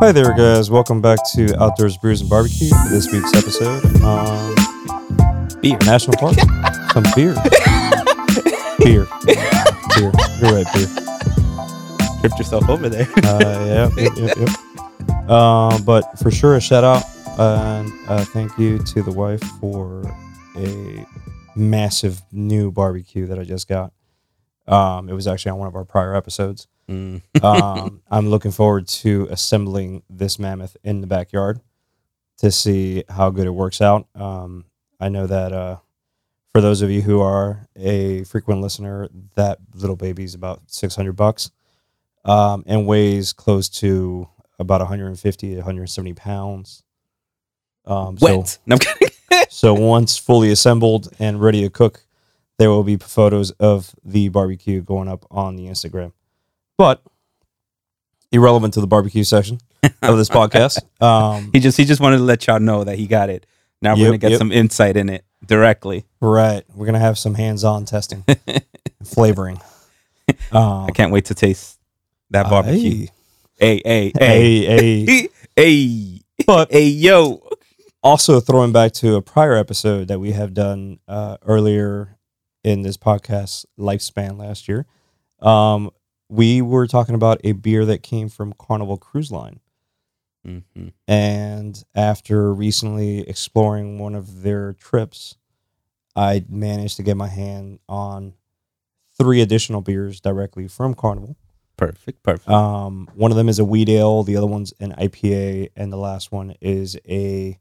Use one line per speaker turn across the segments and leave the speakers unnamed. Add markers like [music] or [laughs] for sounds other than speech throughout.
Hi there, guys. Welcome back to Outdoors Brews and Barbecue. For this week's episode, um, beer, national park, some beer, beer, beer. You're right, beer.
Tripped yourself over there. [laughs]
Uh, yeah, yep, yep, yep. Uh, but for sure, a shout out and uh, thank you to the wife for a massive new barbecue that I just got. Um, it was actually on one of our prior episodes.
Mm.
um, I'm looking forward to assembling this mammoth in the backyard to see how good it works out. Um, I know that uh, for those of you who are a frequent listener, that little baby's about 600 bucks um, and weighs close to about 150 to 170 pounds. Um, so-
Wet. No, I'm kidding.
so once fully assembled and ready to cook, there will be photos of the barbecue going up on the Instagram. But irrelevant to the barbecue section of this
[laughs]
podcast. Um,
He just he just wanted to let y'all know that he got it. Now we're
Yep,
gonna get
yep.
some insight in it directly.
right, we're gonna have some hands-on testing, flavoring. Um,
[laughs] I can't wait to taste that barbecue. Hey, hey,
Hey,
hey,
hey, hey.
[laughs] hey, hey,
But
yo.
also throwing back to a prior episode that we have done uh, earlier in this podcast lifespan last year. Um, we were talking about a beer that came from Carnival Cruise Line.
Mm-hmm.
And after recently exploring one of their trips, I managed to get my hand on three additional beers directly from Carnival.
Perfect, perfect.
Um, one of them is a wheat ale, the other one's an IPA, and the last one is a,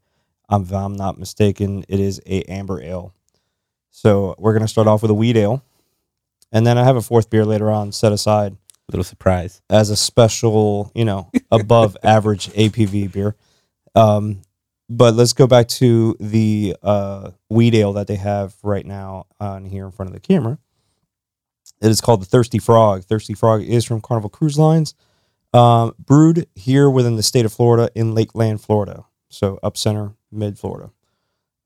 um, if I'm not mistaken, it is a amber ale. So we're gonna start off with a wheat ale, and then I have a fourth beer later on set aside
Little surprise.
as a special, you know, above average APV beer. Um, but let's go back to the uh, wheat ale that they have right now on here in front of the camera. It is called the Thirsty Frog. Thirsty Frog is from Carnival Cruise Lines, um, brewed here within the state of Florida in Lakeland, Florida. So up center, mid Florida.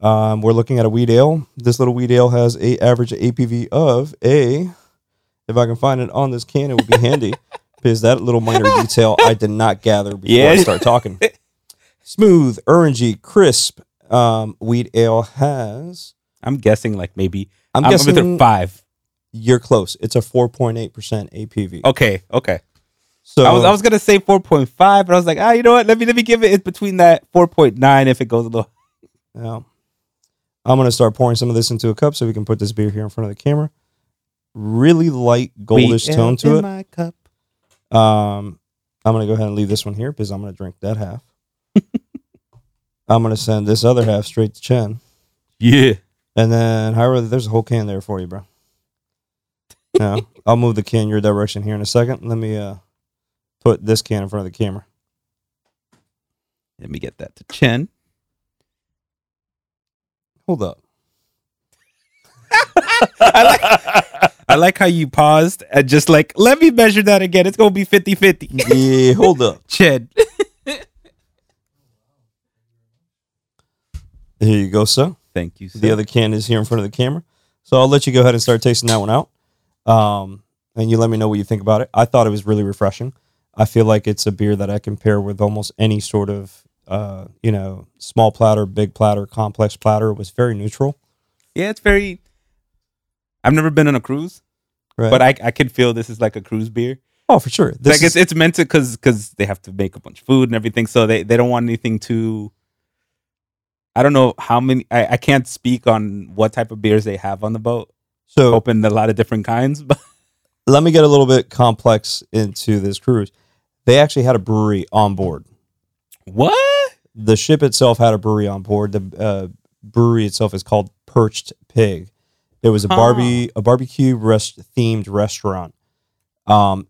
Um, we're looking at a wheat ale. This little wheat ale has a average APV of a. If I can find it on this can, it would be
[laughs]
handy because that little minor detail I did not gather before I
Yeah.
started
[laughs]
talking. Smooth, orangey, crisp um, wheat ale has.
I'm guessing like maybe
I'm,
I'm, i
guessing
five.
you're close. It's a 4.8% APV.
Okay, okay.
so
I was I was gonna say four point five, but I was like, ah, you know what? Let me let me give it. It's between that four point nine if it goes a little.
Yeah. I'm going to start pouring some of this into a cup so we can put this beer here in front of the camera. Really light goldish
Wheat
tone
ale in
to
My cup.
it. Um, I'm going to go ahead and leave this one here because I'm going to drink that half.
[laughs]
I'm going to send this other half straight to Chen.
Yeah.
And then, however, there's a whole can there for you,
[laughs]
bro. Yeah. I'll move the can your direction here in a second. Let me uh, put this can in front of the camera.
Let me get that to Chen.
Hold
[laughs]
up.
I like, I like how you paused and just like, let me measure that again. It's going to be 50 50.
Yeah, hold up.
Ched.
Here you go, sir.
Thank you.
The other can is here in front of the camera. So I'll let you go ahead and start tasting that one out. Um, and you let me know what you think about it. I thought it was really refreshing. I feel like it's a beer that I can pair with almost any sort of, uh, you know, small platter, big platter, complex platter. It was very neutral.
Yeah, it's very. I've never been on a cruise,
Right.
but I, I can feel this is like a cruise beer.
oh, for sure. This
like
is-
it's, it's meant to because because they have to make a bunch of food and everything, so they, they don't want anything too. I don't know how many. I, I can't speak on what type of beers they have on the boat.
so
Opened a lot of different kinds, [laughs] but
let me get a little bit complex into this cruise. They actually had a brewery on board.
what?
the ship itself had a brewery on board. The uh, brewery itself is called Perched Pig. It was a
Huh.
Barbie a barbecue rest themed restaurant. Um,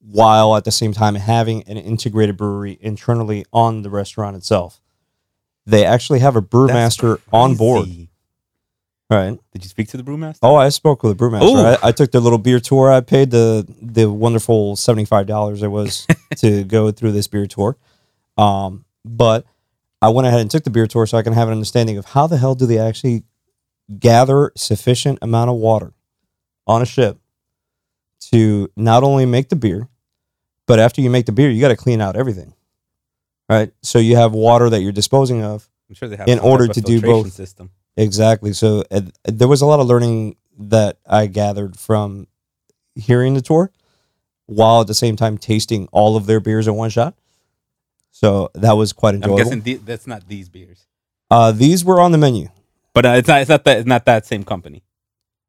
while at the same time having an integrated brewery internally on the restaurant itself, they actually have a
That's
brewmaster on board.
crazy.
Right?
Did you speak to the brewmaster?
Oh, I spoke with a brewmaster.
Ooh.
I, I took their little beer tour. I paid the the wonderful seventy five dollars it was to go through this beer tour. Um, but I went ahead and took the beer tour so I can have an understanding of how the hell do they actually gather sufficient amount of water on a ship to not only make the beer, but after you make the beer, you got to clean out everything. Right? So you have water that you're disposing of.
I'm sure they have
In
some type
order
of
to do
filtration
both.
System.
Exactly. So uh, there was a lot of learning that I gathered from hearing the tour while at the same time tasting all of their beers in one shot. So that was quite
I'm
enjoyable.
guessing the, that's not these beers,
uh, these were on the menu.
but uh, it's not. It's not that. It's not that same company.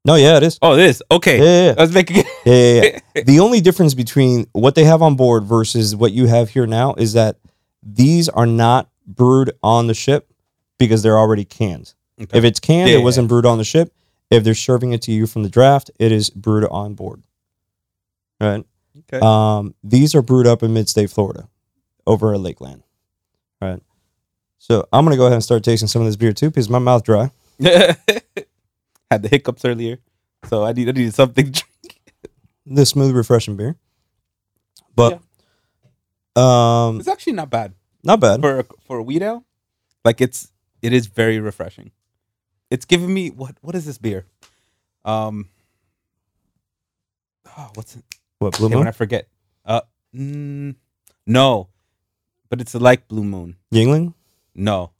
No, yeah, it is.
Oh, this. Okay.
Yeah, yeah, yeah.
[laughs] I was making.
Yeah, yeah, yeah.
[laughs]
the only difference between what they have on board versus what you have here now is that these are not brewed on the ship because they're already canned.
Okay.
If it's canned,
Yeah,
it
yeah,
wasn't brewed on the ship. If they're serving it to you from the draft, it is brewed on board. Right.
Okay.
Um, these are brewed up in mid-state Florida, over at Lakeland. Right. So I'm gonna go ahead and start tasting some of this beer too because my mouth dry.
[laughs] Had the hiccups earlier, so I need I needed something. [laughs] to drink.
This smooth, refreshing beer, but um,
It's actually not bad
not bad.
for a, for a weed ale. Like it's it is very refreshing. It's giving me what what is this beer? Um, oh, what's it?
What Blue
Damn it,
Moon?
I forget. Uh, mm, no, but it's like Blue Moon.
Yingling?
No,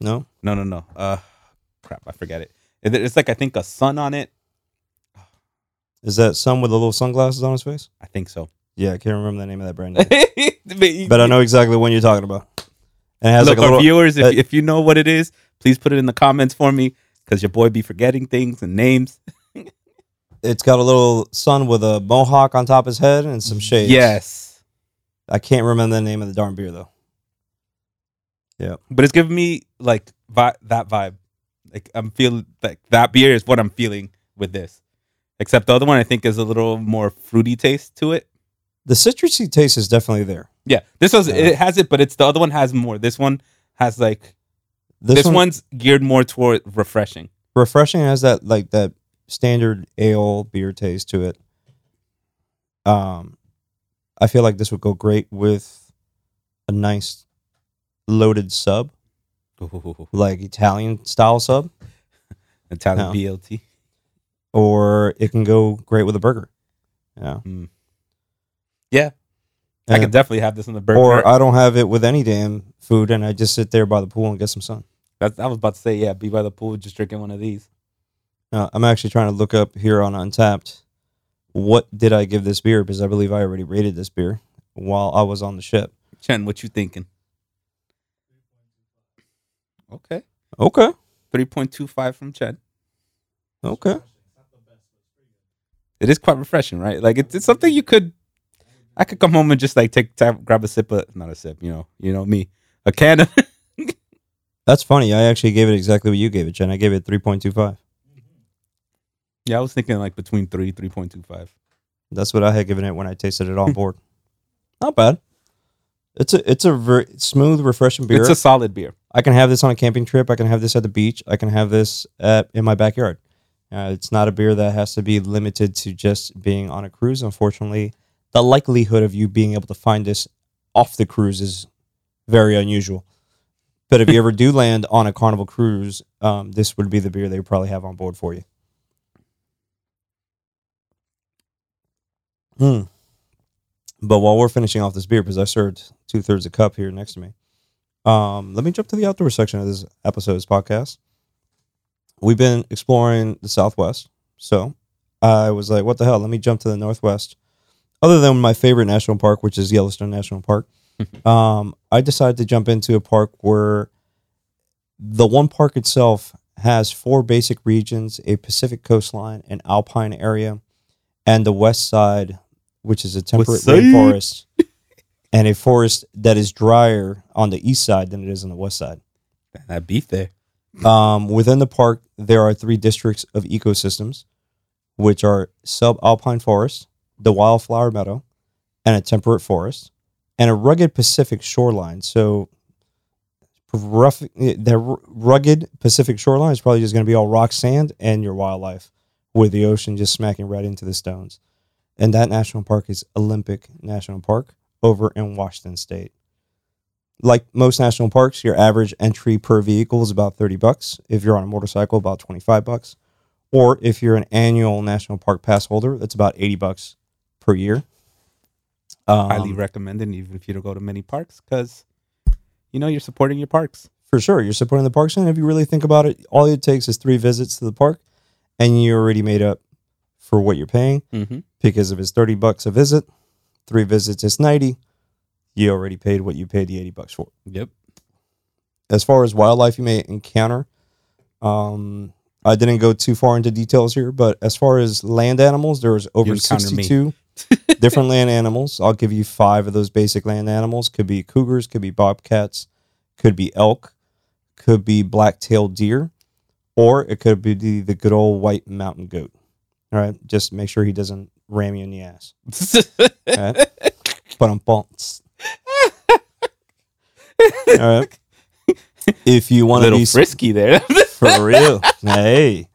No.
no, no, no. Uh, crap, I forget it. It- It's like I think a sun on it.
Is that some with the little sunglasses on his face?
I think so. [laughs]
Yeah, I can't remember the name of that brand,
but
name. but I know exactly the one you're talking about. And it has
Look,
like a
our
little.
viewers, if,
uh,
if you know what it is, please put it in the comments for me because your boy be forgetting things and names.
It's got a little sun with a mohawk on top of his head and some shades.
Yes.
I can't remember the name of the darn beer though.
But it's giving me like vi- that vibe. Like I'm feeling like that beer is what I'm feeling with this. Except the other one I think is a little more fruity taste to it.
The citrusy taste is definitely there.
Yeah. This was
Yeah.
it has it, but it's the other one has more. This one has like
This,
this,
one,
one's geared more toward refreshing.
refreshing has that like that standard ale beer taste to it. Um, I feel like this would go great with a nice loaded sub, like Italian style sub.
Italian
No.
BLT.
or it can go great with a burger. Yeah.
Yeah. uh, I
Yeah.
could definitely have this in the burger.
Or I don't have it with any damn food and I just sit there by the pool and get some sun.
That's, I was about to say, yeah, be by the pool just drinking one of these.
Uh, I'm actually trying to look up here on Untapped what did I give this beer because I believe I already rated this beer while I was on the ship.
Chen, what you thinking? Okay.
Okay.
3.25 from Chen.
Okay.
It is quite refreshing, right? Like it's, it's something you could I could come home and just like take time, grab a sip of not a sip, you know, you know me. A can of [laughs]
That's funny. I actually gave it exactly what you gave it, Jen. I gave it 3.25.
Yeah, I was thinking like between 3 3.25.
That's what I had given it when I tasted it
[laughs]
on board. Not bad. It's a it's a very smooth, refreshing beer.
It's a solid beer.
I can have this on a camping trip. I can have this at the beach. I can have this at, in my backyard. Uh, it's not a beer that has to be limited to just being on a cruise. Unfortunately, the likelihood of you being able to find this off the cruise is very unusual. But if you ever do land on a carnival cruise, um, this would be the beer they would probably have on board for you. Hmm. But while we're finishing off this beer, because I served two thirds of a cup here next to me, um, let me jump to the outdoor section of this episode's podcast. We've been exploring the Southwest, so I was like, "What the hell?" Let me jump to the Northwest. Other than my favorite national park, which is Yellowstone National Park, um, I decided to jump into a park where the one park itself has four basic regions: a Pacific coastline, an alpine area, and the West Side, which is a temperate
side?
rainforest and a forest that is drier on the east side than it is on the west side.
That beef there.
Um, within the park, there are three districts of ecosystems, which are subalpine forest, the wildflower meadow, and a temperate forest, and a rugged Pacific shoreline. So, rough, the ru- rugged Pacific shoreline is probably just going to be all rock, sand, and your wildlife, with the ocean just smacking right into the stones. And that national park is Olympic National Park over in Washington State like most national parks, your average entry per vehicle is about 30 bucks. If you're on a motorcycle, about 25 bucks. Or if you're an annual national park pass holder, that's about 80 bucks per year. Um,
Highly recommended, even if you don't go to many parks, because you know you're supporting your parks.
for sure. You're supporting the parks. And if you really think about it, all it takes is three visits to the park and you already made up for what you're paying
Mm-hmm.
because if it's 30 bucks a visit, three visits is 90. You already paid what you paid the 80 bucks for.
Yep.
as far as wildlife you may encounter, um, I didn't go too far into details here, but as far as land animals, there's
You
over
encounter me. [laughs]
62 different land animals. I'll give you five of those basic land animals. Could be cougars, could be bobcats, could be elk, could be black-tailed deer, or it could be the, the good old white mountain goat. All right, just make sure he doesn't ram you in the ass.
[laughs]
All right, but I'm bounced. All right. If you want to
little
be
frisky [laughs] there.
for real. hey.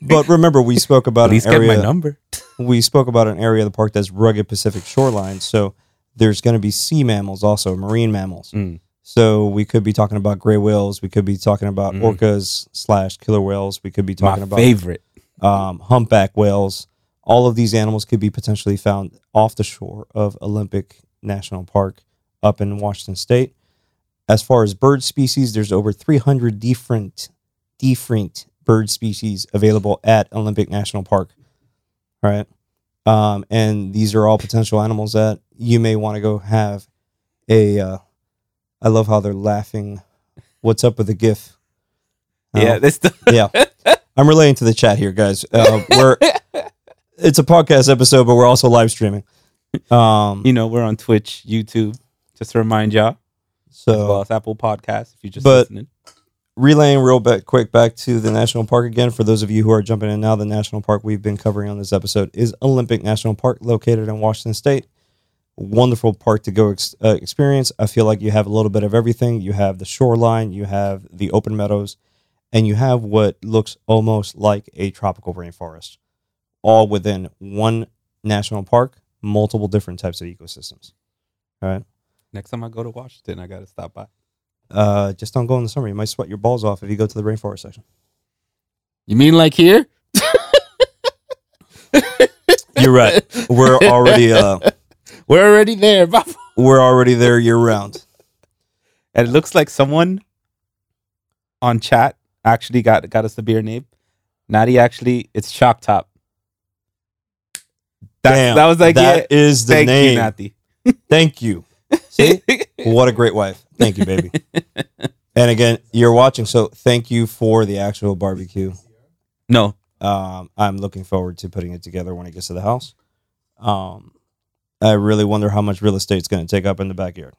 But remember, we spoke about
At
an
least get my
area.
number.
We spoke about an area of the park that's rugged Pacific shoreline. So there's going to be sea mammals, also marine mammals.
Mm.
So we could be talking about gray whales. We could be talking about
Mm.
orcas slash killer whales. We could be
My
talking about
favorite.
um, humpback whales. All of these animals could be potentially found off the shore of Olympic National Park up in Washington State. As far as bird species, there's over 300 different different bird species available at Olympic National Park. All right, um, and these are all potential animals that you may want to go have a. Uh, I love how they're laughing. What's up with the GIF? Oh.
Yeah, that's the
yeah. I'm relating to the chat here, guys. Uh, we're it's a podcast episode, but we're also live streaming. Um,
[laughs] you know we're on Twitch, YouTube. Just to remind y'all, as well
so
as Apple Podcasts. If you just
But-
listening,
relaying real back, quick back to the national park again. For those of you who are jumping in now, the national park we've been covering on this episode is Olympic National Park, located in Washington State. Wonderful park to go ex- uh, experience. I feel like you have a little bit of everything. You have the shoreline, you have the open meadows, and you have what looks almost like a tropical rainforest, all within one national park, multiple different types of ecosystems.
next time I go to Washington, I gotta stop by.
Uh, just don't go in the summer. You might sweat your balls off if you go to the rainforest section.
You mean like here?
You're
[laughs]
right. [laughs] We're already uh,
We're already there. [laughs] Bob.
we're already there year round.
And it looks like someone on chat actually got got us the beer name. Natty actually, it's Shock Top. That's,
Damn,
that was like
that
it.
is the
Thank
name.
you, Natty.
Thank
[laughs]
you. See, what a great wife. Thank you, baby. and again, you're watching, so thank you for the actual barbecue.
no,
Um, I'm looking forward to putting it together when it gets to the house. Um, I really wonder how much real estate's going to take up in the
[laughs]
backyard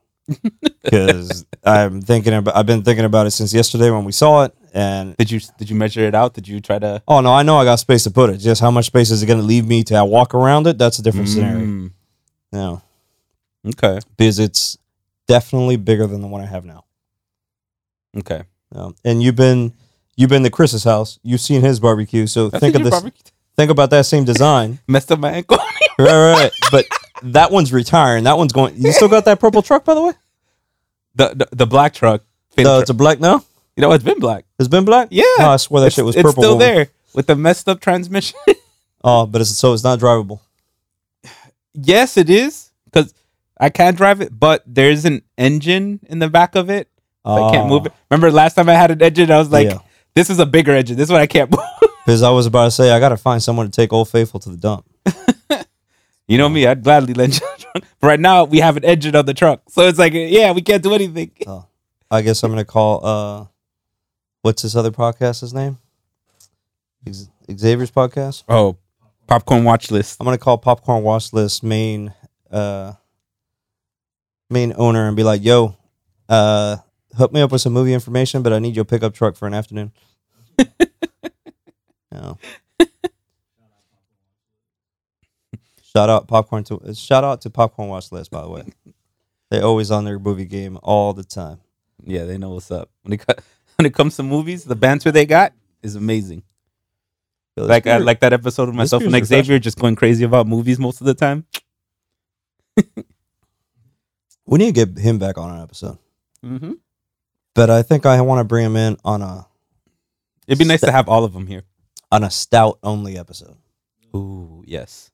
because I'm thinking about. I've been thinking about it since yesterday when we saw it, and
did you did you measure it out? Did you try to?
oh no, I know I got space to put it. Just how much space is it going to leave me to walk around it? That's a different scenario.
Mm,
No.
okay,
because it's definitely bigger than the one I have now.
okay.
Um, and you've been you've been to Chris's house. You've seen his barbecue. So
That's
think
what
of
your
this.
barbecue-
Think about that same design.
[laughs] Messed up my
[laughs]
ankle.
right, right, right. But that one's retiring. That one's going. You
[laughs]
still got that purple truck, by the way?
the, the the black truck.
No,
fatal
it's
truck.
a black now.
you know, it's been black.
It's been black.
Yeah,
No, I swear that
it's,
shit was
it's
purple.
still
when we-
there with the messed up transmission. [laughs]
Oh, but it's so it's not drivable.
yes, it is because I can't drive it, but there's an engine in the back of it. so I
Uh,
can't move it. Remember last time I had an engine, I was like,
Ah. Yeah.
"This is a bigger engine. This is what I can't [laughs] move."
Because I was about to say I gotta find someone to take Old Faithful to the dump.
You know me, I'd gladly lend you a truck. But right now, we have an engine on the truck, so it's like, yeah, we can't do anything.
I guess I'm gonna call uh, what's this other podcast's name? Ex- Xavier's podcast.
Oh, popcorn watch list.
I'm gonna call Popcorn Watch List main uh main owner and be like, yo, uh hook me up with some movie information, but I need your pickup truck for an afternoon. no. Shout out popcorn to uh, shout out to Popcorn Watch List, by the way. They always on their movie game all the time.
Yeah, they know what's up. When it co- [laughs] when it comes to movies, the banter they got is amazing.
Yo, this
Like I,
beer-
like that episode of myself
beer's
and Xavier just going crazy about movies most of the time.
we need to get him back on an episode.
Mm-hmm.
But I think I want to bring him in on a
It'd be nice to have all of them here.
on a stout only episode.
Ooh, yes.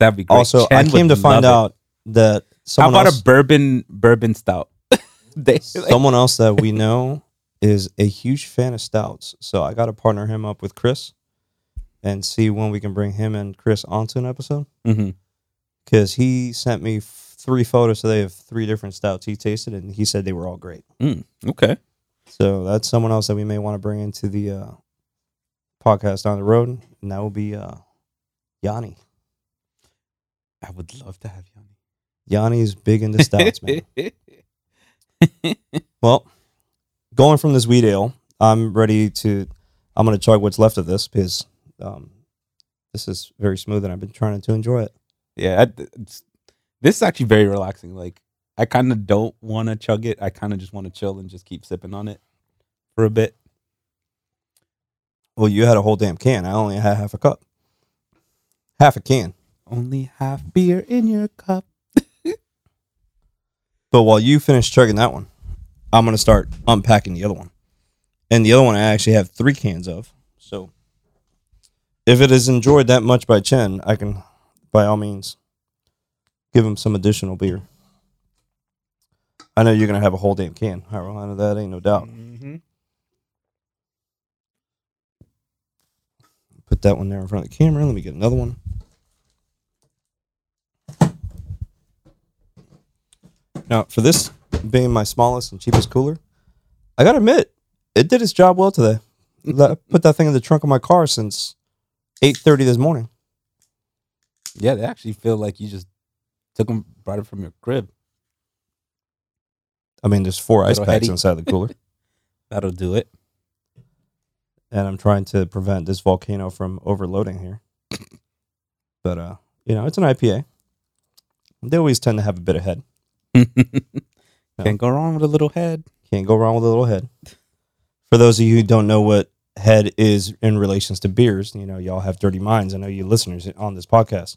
That'd be great.
Also,
Chen
I
would
came to find
love it.
out that
How
someone
about
else,
a bourbon bourbon [laughs] stout? they, like,
someone else that we know is a huge fan of stouts. So I got to partner him up with Chris and see when we can bring him and Chris onto an episode
mhm.
because he sent me f- three photos today of three different stouts he tasted and he said they were all great.
Okay.
So that's someone else that we may want to bring into the uh, podcast on the road, and that will be uh, Yanni.
I would love to have you [laughs] on.
Yanni is big into stouts,
[laughs]
man. Well, going from this wheat ale, I'm ready to. I'm going to chug what's left of this because um, this is very smooth, and I've been trying to enjoy it.
yeah. I, it's- this is actually very relaxing. Like, I kind of don't want to chug it. I kind of just want to chill and just keep sipping on it for a bit.
Well, you had a whole damn can. I only had half a cup, half a can.
Only half beer in your cup.
But while you finish chugging that one, I'm going to start unpacking the other one. And the other one, I actually have three cans of. So, if it is enjoyed that much by Chen, I can, by all means, give him some additional beer. I know you're going to have a whole damn can, Hyrule. I know that ain't no doubt.
Mhm.
Put that one there in front of the camera. Let me get another one. Now, for this being my smallest and cheapest cooler, I gotta admit, it did its job well
[laughs]
today. I put that thing in the trunk of my car since eight thirty this morning.
Yeah, they actually feel like you just took them, brought it from your crib.
I mean, there's four ice
Little
packs
heady.
inside the
[laughs]
cooler,
That'll do it.
and I'm trying to prevent this volcano from overloading here. But uh, you know, it's an IPA. They always tend to have a bit of head.
Can't go wrong with a little head.
Can't go wrong with a little head. For those of you who don't know what head is in relations to beers, you know, y'all have dirty minds. I know you listeners on this podcast.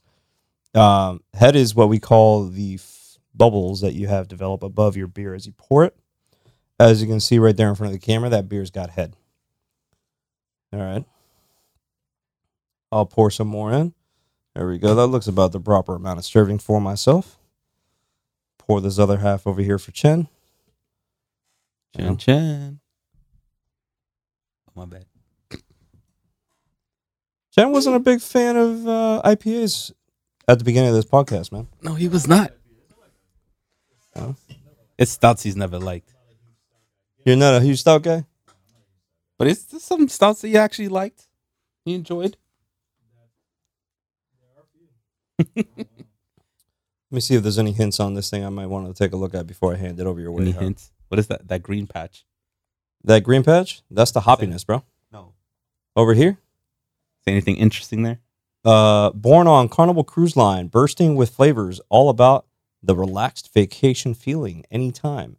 Um, head is what we call the f- bubbles that you have develop above your beer as you pour it. As you can see right there in front of the camera, that beer's got head. All right. I'll pour some more in. There we go. That looks about the proper amount of serving for myself. Pour this other half over here for Chen. Yeah.
Chin chin. Oh, my bad.
Jen wasn't a big fan of uh, IPAs at the beginning of this podcast, man.
No, he was not.
Oh.
It's stouts he's never liked.
You're not a huge stout guy.
But it's there's some stouts that he actually liked. He enjoyed.
Let me see if there's any hints on this thing I might want to take a look at before I hand it over your way.
Any
Howard.
hints? What is that? That green patch?
That green patch, that's the hoppiness, bro.
No.
Over here,
Is anything interesting there?
uh, born on Carnival Cruise Line, bursting with flavors, all about the relaxed vacation feeling anytime.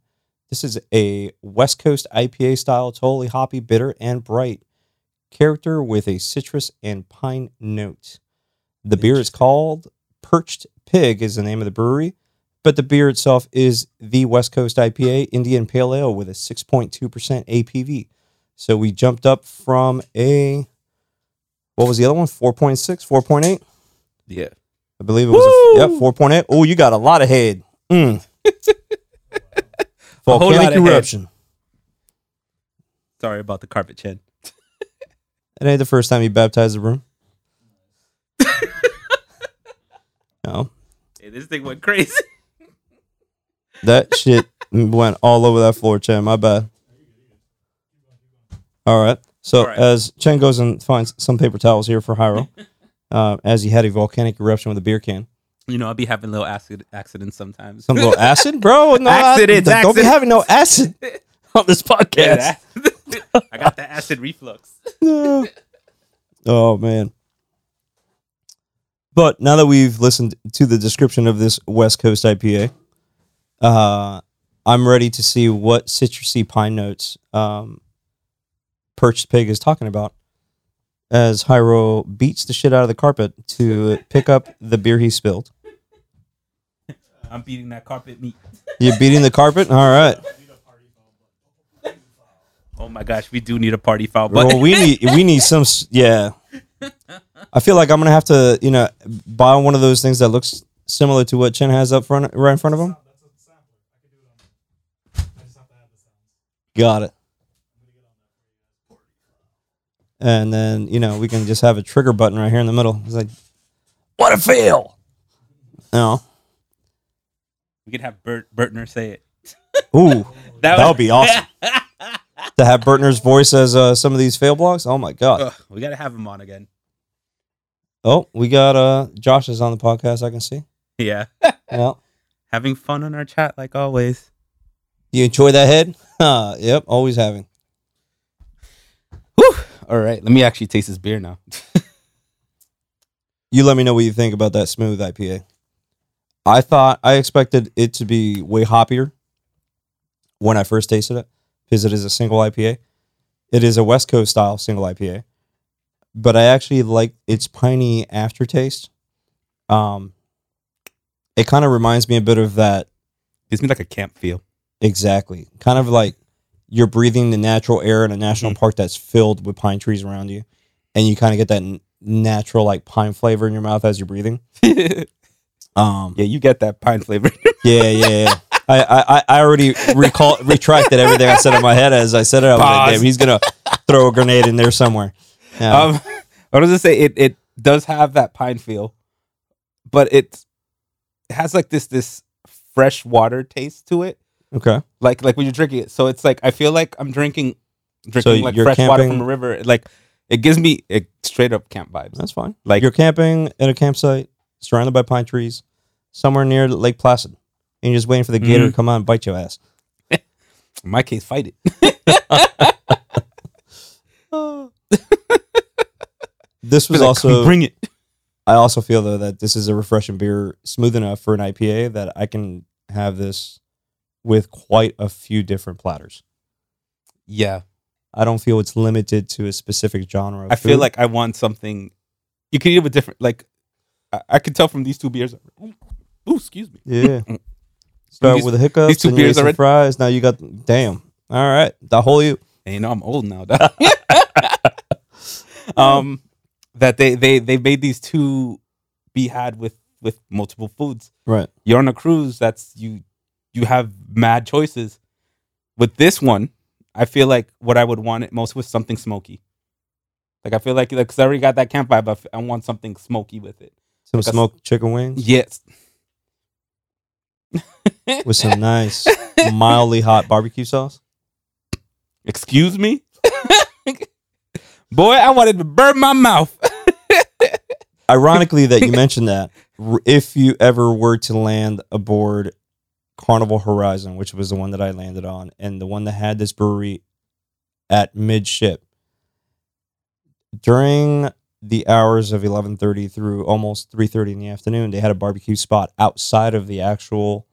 This is a West Coast IPA style, totally hoppy, bitter, and bright character with a citrus and pine note. The beer is
Interesting.
called Perched Pig, is the name of the brewery, but the beer itself is the West Coast IPA Indian Pale Ale with a 6.2% APV. So we jumped up from a, what was the other one? 4.6, 4.8?
Yeah.
I believe it was a, yep,
Woo!
4.8. Oh, you got a lot of head.
[laughs]
Mm.
whole lot
Volcanic
of head.
eruption.
Sorry about the carpet chin.
It ain't the first time you baptized the
[laughs]
room. no.
Hey, this thing went crazy.
That shit went all over that floor, Chen. My bad. All right. So
All right.
as Chen goes and finds some paper towels here for
[laughs]
Hyrule, uh, as he had a volcanic eruption with a beer can.
[laughs] you know, I'll be having little acid accidents sometimes.
Some little acid, bro.
[laughs]
No,
Accident,
I, don't be
accident.
having no
[laughs]
acid on this podcast.
Yeah, that- [laughs] I got the acid reflux.
[laughs] No. oh man. But now that we've listened to the description of this West Coast IPA, uh, I'm ready to see what citrusy pine notes um, Perched Pig is talking about as Hyro beats the shit out of the carpet to pick up the beer he spilled.
I'm beating that carpet meat.
You're beating the carpet? All right.
Oh my gosh, we do need a party foul, but
well, we need we need some. s- Yeah, I feel like I'm gonna have to you know buy one of those things that looks similar to what Chen has up front, right in front of him. Got it. And then you know we can just have a trigger button right here in the middle. It's like, what a fail. No.
we could have Bert Bertner say it.
Ooh, that
was-
would be awesome to have Bertner's voice as uh, some of these fail blocks. Oh my god.
Ugh, we gotta have him on again.
Oh, we got uh Josh is on the podcast. I can see.
Yeah,
Yeah.
having fun on our chat like always.
You enjoy that head? [laughs] Uh, yep, always having.
Whew. All right, let me actually taste this beer now.
You let me know what you think about that smooth IPA. I thought I expected it to be way hoppier when I first tasted it because it is a single IPA. It is a West Coast style single IPA, but I actually like its piney aftertaste. Um, it kind of reminds me a bit of that
Gives me like a camp feel. [laughs]
Exactly. Kind of like you're breathing the natural air in a national
Mm-hmm.
park that's filled with pine trees around you, and you kind of get that n- natural like pine flavor in your mouth as you're breathing.
yeah,
Um, yeah,
you get that pine flavor.
yeah, yeah. yeah. I, I, I already recall retracted everything I said in my head as I said it. I was like,
Pause.
damn, he's gonna throw a grenade in there somewhere. Yeah.
Um,
Oh.
[laughs] what does it say? It it does have that pine feel, but it has like this this fresh water taste to it,
okay.
like like when you're drinking it. So it's like I feel like I'm drinking drinking like
you're
fresh water
camping-
from a river. Like it gives me it, straight up camp vibes.
That's fine.
Like-
you're camping at a campsite surrounded by pine trees, somewhere near Lake Placid, and you're just waiting for the
Mm-hmm.
gator to come out and bite your ass.
In my case, fight it. [laughs]
This was
Like,
also
bring it.
I also feel though that this is a refreshing beer, smooth enough for an IPA that I can have this with quite a few different platters.
Yeah,
I don't feel it's limited to a specific genre. Of
I feel
food.
like I want something. You could have a different like. I, I could tell from these two beers. Ooh, excuse me. [laughs]
yeah. Start
These-
with the hiccups.
these two
and you ate
beers
some
already-
fries. Now you got damn. All right, the whole you.
and you know I'm old now. dog. [laughs] um, that they they they made these two be had with with multiple foods.
Right.
You're on a cruise. That's you you have mad choices. With this one, I feel like what I would want it most was something smoky. Like I feel like like 'cause I already got that camp vibe. I, f- I want something smoky with it.
Some
Like a-
smoked chicken
[laughs]
wings
Yes.
with some nice mildly hot barbecue sauce.
Excuse me, [laughs] boy. I wanted to burn my mouth. [laughs]
Ironically, that you mentioned that r- if you ever were to land aboard Carnival Horizon, which was the one that I landed on, and the one that had this brewery at midship during the hours of 11:30 through almost 3:30 in the afternoon, they had a barbecue spot outside of the actual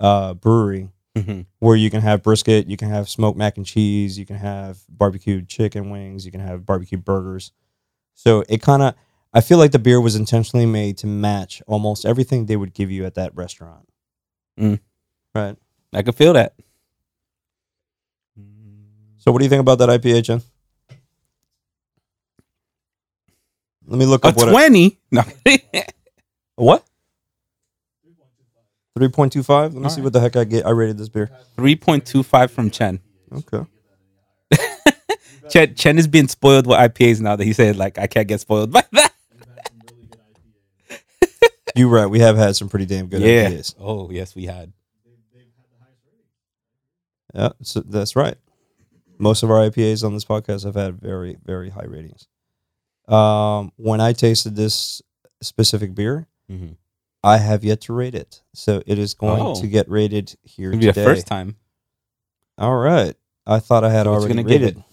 uh, brewery
Mm-hmm.
where you can have brisket, you can have smoked mac and cheese, you can have barbecued chicken wings, you can have barbecue burgers. So it kind of, I feel like the beer was intentionally made to match almost everything they would give you at that restaurant.
Mm.
Right.
I could feel that.
So what do you think about that IPA, Jen? Let me look
A
up what it- [laughs]
twenty? No.
what three point two five. Let me
All
see
right.
what the heck I get. I rated this beer.
Three point two five from Chen.
Okay.
Chen. Chen is being spoiled with IPAs now that he said like I can't get spoiled by that.
You're right. We have had some pretty damn good IPAs.
Oh yes, we had.
Yeah, so that's right. Most of our IPAs on this podcast have had very, very high ratings. Um, when I tasted this specific beer,
Mhm.
I have yet to rate it, so it is going
Oh.
to get rated here
It'll be the
today.
first time.
All right, I thought I had
So what you
already
gonna give
rated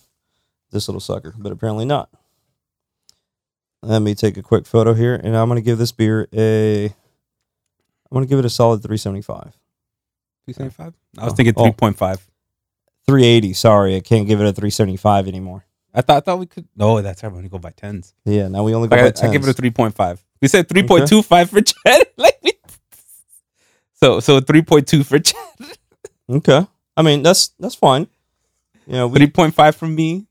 this little sucker, but apparently not. Let me take a quick photo here, and I'm going to give this beer a. I'm going to give it a solid 375.
Two seventy five. I was
Oh.
thinking
Oh.
three point five.
380, sorry. I can't give it a 375 anymore.
I thought I thought we could. Oh, that's right. I'm gonna go by tens.
Yeah, now we only go
Like,
by
I, I give
10s.
it a three point five. We said three point two five for Chen. [laughs] like we.
[laughs]
So so three point two for Chen.
Okay. I mean, that's that's fine. You know, we,
Three point five from me.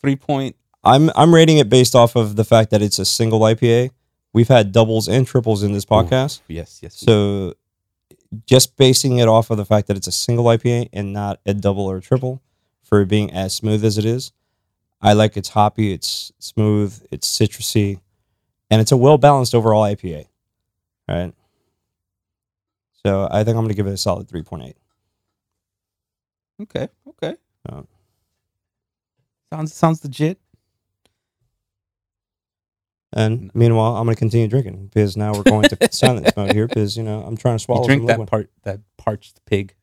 Three point.
I'm I'm rating it based off of the fact that it's a single IPA. We've had doubles and triples in this podcast,
Yes, yes.
so just basing it off of the fact that it's a single IPA and not a double or a triple for it being as smooth as it is. I like it's hoppy, it's smooth, it's citrusy, and it's a well balanced overall IPA. All right. So I think I'm gonna give it a solid three point eight.
Okay. Okay.
Oh.
Sounds sounds legit.
And meanwhile, I'm going to continue drinking because now we're going
[laughs]
to silence mode here because, you know, I'm trying to swallow
You drink
some
that
liquid.
part that parched pig.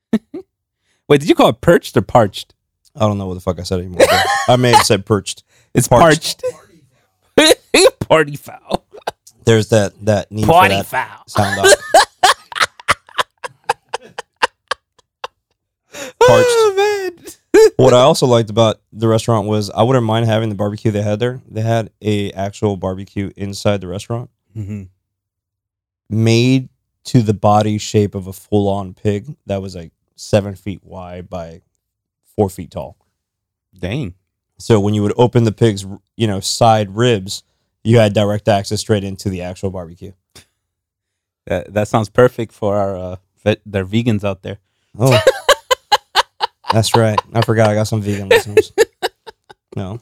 [laughs] Wait, did you call it perched or parched?
I don't know what the fuck I said anymore. but I may have said perched.
It's
Parched.
parched. [laughs] Party foul.
There's that that need for
Party
that
foul.
sound off.
[laughs] Oh man.
What I also liked about the restaurant was I wouldn't mind having the barbecue they had there. They had a actual barbecue inside the restaurant
Mm-hmm.
made to the body shape of a full on pig that was like seven feet wide by four feet tall.
Dang.
So when you would open the pig's, you know, side ribs, you had direct access straight into the actual barbecue.
That that sounds perfect for our uh vet, their vegans out there.
Oh, [laughs] that's right. I forgot I got some vegan listeners. [laughs] No,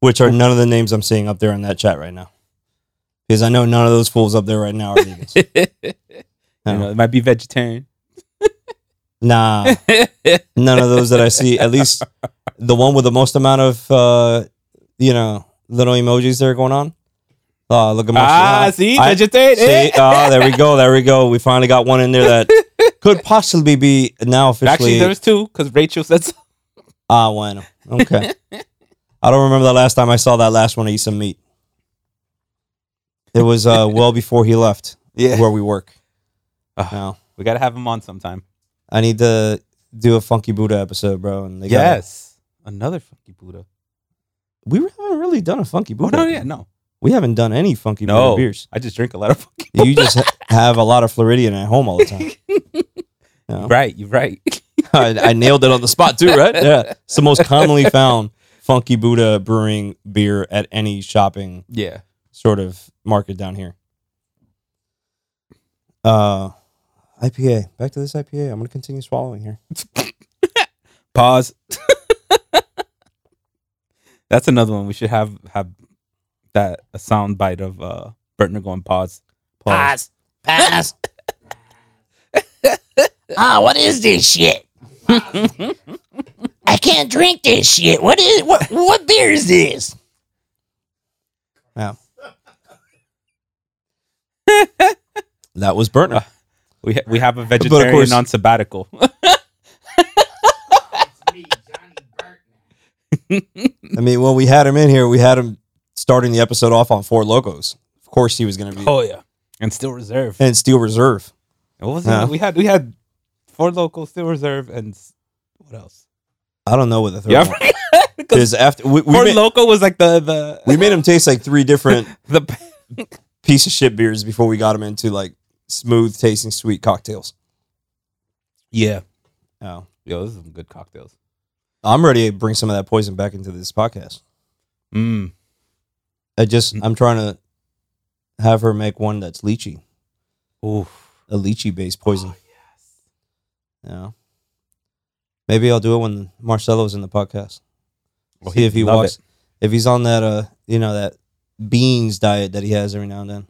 which are none of the names I'm seeing up there in that chat right now, because I know none of those fools up there right now are vegans.
[laughs]
[laughs]
you know, it might be vegetarian.
Nah, none of those that I see. At least the one with the most amount of, uh, you know, little emojis there going on. Oh, look at my
ah, see,
I-
[laughs] vegetarian. Eh?
See, oh, there we go, there we go. We finally got one in there that could possibly be now officially.
Actually, there's two because Rachel says
ah, bueno. Okay. I don't remember the last time I saw that last one eat some meat. It was uh, well before he left
[laughs] Yeah.
where we work.
Ugh.
Now
We gotta have him on sometime.
I need to do a Funky Buddha episode, bro. And they gotta-
yes. Another funky Buddha.
we haven't really done a Funky
Oh
Buddha.
no, yeah, no.
We haven't done any Funky
No.
Buddha beers.
I just drink a lot of funky
You just [laughs] ha- have a lot of Floridian at home all the time. No.
Right, you're right. [laughs]
[laughs] I, I nailed it on the spot too, right? [laughs] Yeah. It's the most commonly found Funky Buddha brewing beer at any shopping
yeah.
sort of market down here. Uh, IPA. Back to this IPA. I'm going to continue swallowing here.
[laughs] Pause. That's another one. We should have have that a sound bite of uh Bertner going pause. Pause.
Pass. [laughs] ah, what is this shit? [laughs] I can't drink this shit. What is what? What beer is this?
That was Bertner.
We ha- we have a vegetarian
course-
on sabbatical.
[laughs] I mean, when we had him in here, we had him starting the episode off on Four Locos. Of course, he was going to be.
[laughs] oh yeah. And still reserve.
And Steel Reserve.
What was
Yeah.
it? We had we had four locals, still reserve, and s- what else?
I don't know what the third
[laughs] Yeah,
one Because after we, we,
Four
made,
local was like the the
we made him taste like three different
the
piece of shit beers before we got them into like smooth tasting sweet cocktails.
yeah.
Oh,
Yo, this is some good cocktails.
I'm ready to bring some of that poison back into this podcast.
Mm.
I just
Mm-hmm.
I'm trying to have her make one that's lychee,
Oof.
a lychee
Ah,
based poison. Yeah. Maybe I'll do it when Marcelo's in the podcast.
Well,
See
he'd
if he
love
walks, if he's on that uh, you know that beans diet that he has every now and then.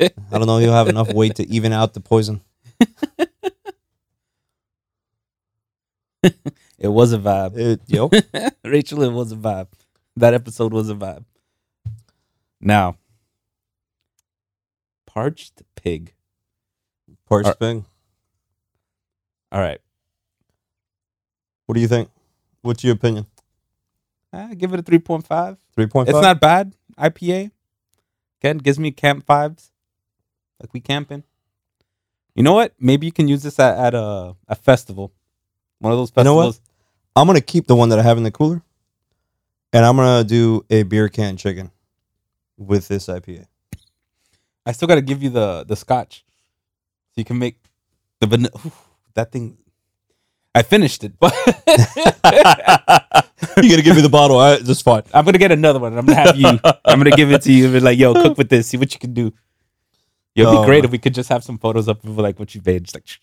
I don't know. He'll have enough weight to even out the poison.
[laughs] It was a vibe.
It, yo,
Rachel, it was a vibe. That episode was a vibe. Now, parched pig.
parched thing.
All right,
What do you think? What's your opinion?
I Ah, give it a three point five.
Three point
It's
five.
not bad. IPA. Again, gives me camp vibes. Like we camping. You know what? Maybe you can use this at, at a, a festival. One of those
You know what?
festivals.
I'm gonna keep the one that I have in the cooler, and I'm gonna do a beer can chicken with this IPA.
I still got to give you the the scotch. So you can make the vanilla. That thing. I finished
[laughs]
it, [laughs] but [laughs]
you gotta give me the bottle. I, that's fine.
I'm gonna get another one. I'm gonna have you. I'm gonna give it to you. And be like, yo, cook with this. See what you can do. It'd
Oh,
be great
man.
if we could just have some photos up of like what you made. Just like, shh.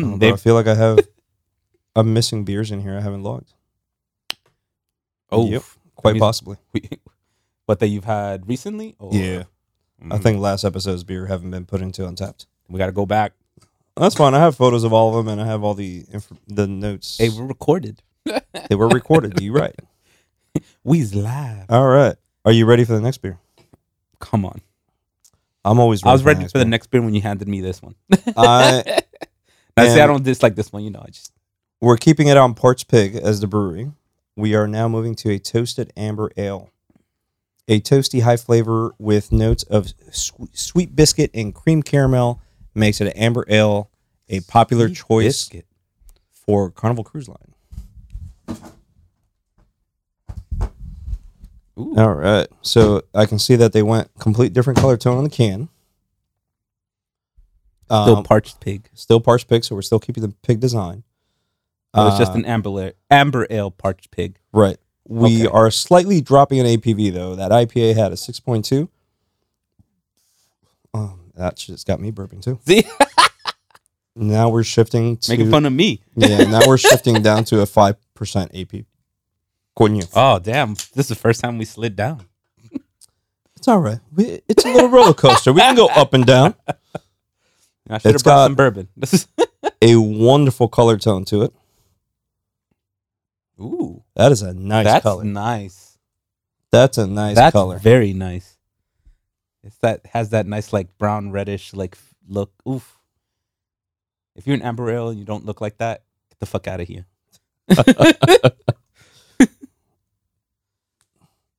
Hmm,
Oh, bro,
they-
I feel like I have. I'm missing beers in here. I haven't logged.
oh, [laughs]
Yep. Quite
means-
possibly.
what that you've had recently? Or,
I
Hmm.
think last episode's beer haven't been put into Untapped.
we got to go back.
That's fine. I have photos of all of them, and I have all the inf- the notes.
Hey, we're recorded.
they were
[laughs]
recorded. You right?
We's live.
All right. Are you ready for the next beer?
Come on.
I'm always. Ready
I was
for the
ready
next
for the
beer.
next beer when you handed me this one.
I,
I say I
And-
don't dislike this one. You know, I just
we're keeping it on Parts Pig as the brewery. We are now moving to a toasted amber ale, a toasty high flavor with notes of swe- sweet biscuit and cream caramel makes it an amber ale, a popular
Sweet
choice
biscuit.
for Carnival Cruise Line.
Ooh.
All right. So I can see that they went complete different color tone on the can. Um,
still
still,
parched pig.
parched pig, so we're still keeping the pig design.
It was Oh, just
Uh,
an amber ale, amber ale
[laughs]
parched pig.
Right. We
Okay.
are slightly dropping an APV though. That IPA had a 6.2. Um, that shit's got me burping too.
See,
Now we're shifting to
making fun of me.
[laughs] yeah. Now we're shifting down to a five percent AP. Coño.
Oh damn! This is the first time we slid down.
It's all right. We, it's a little roller coaster. We can go up and down.
I should
It's
have brought
got-
some bourbon. [laughs] This is
A wonderful color tone to it.
ooh,
That is a nice
that's
color.
nice.
That's a nice
that's
color.
very nice. It's that has that nice like brown reddish like f- look. Oof. If you're an amber ale and you don't look like that, get the fuck out of [laughs] here.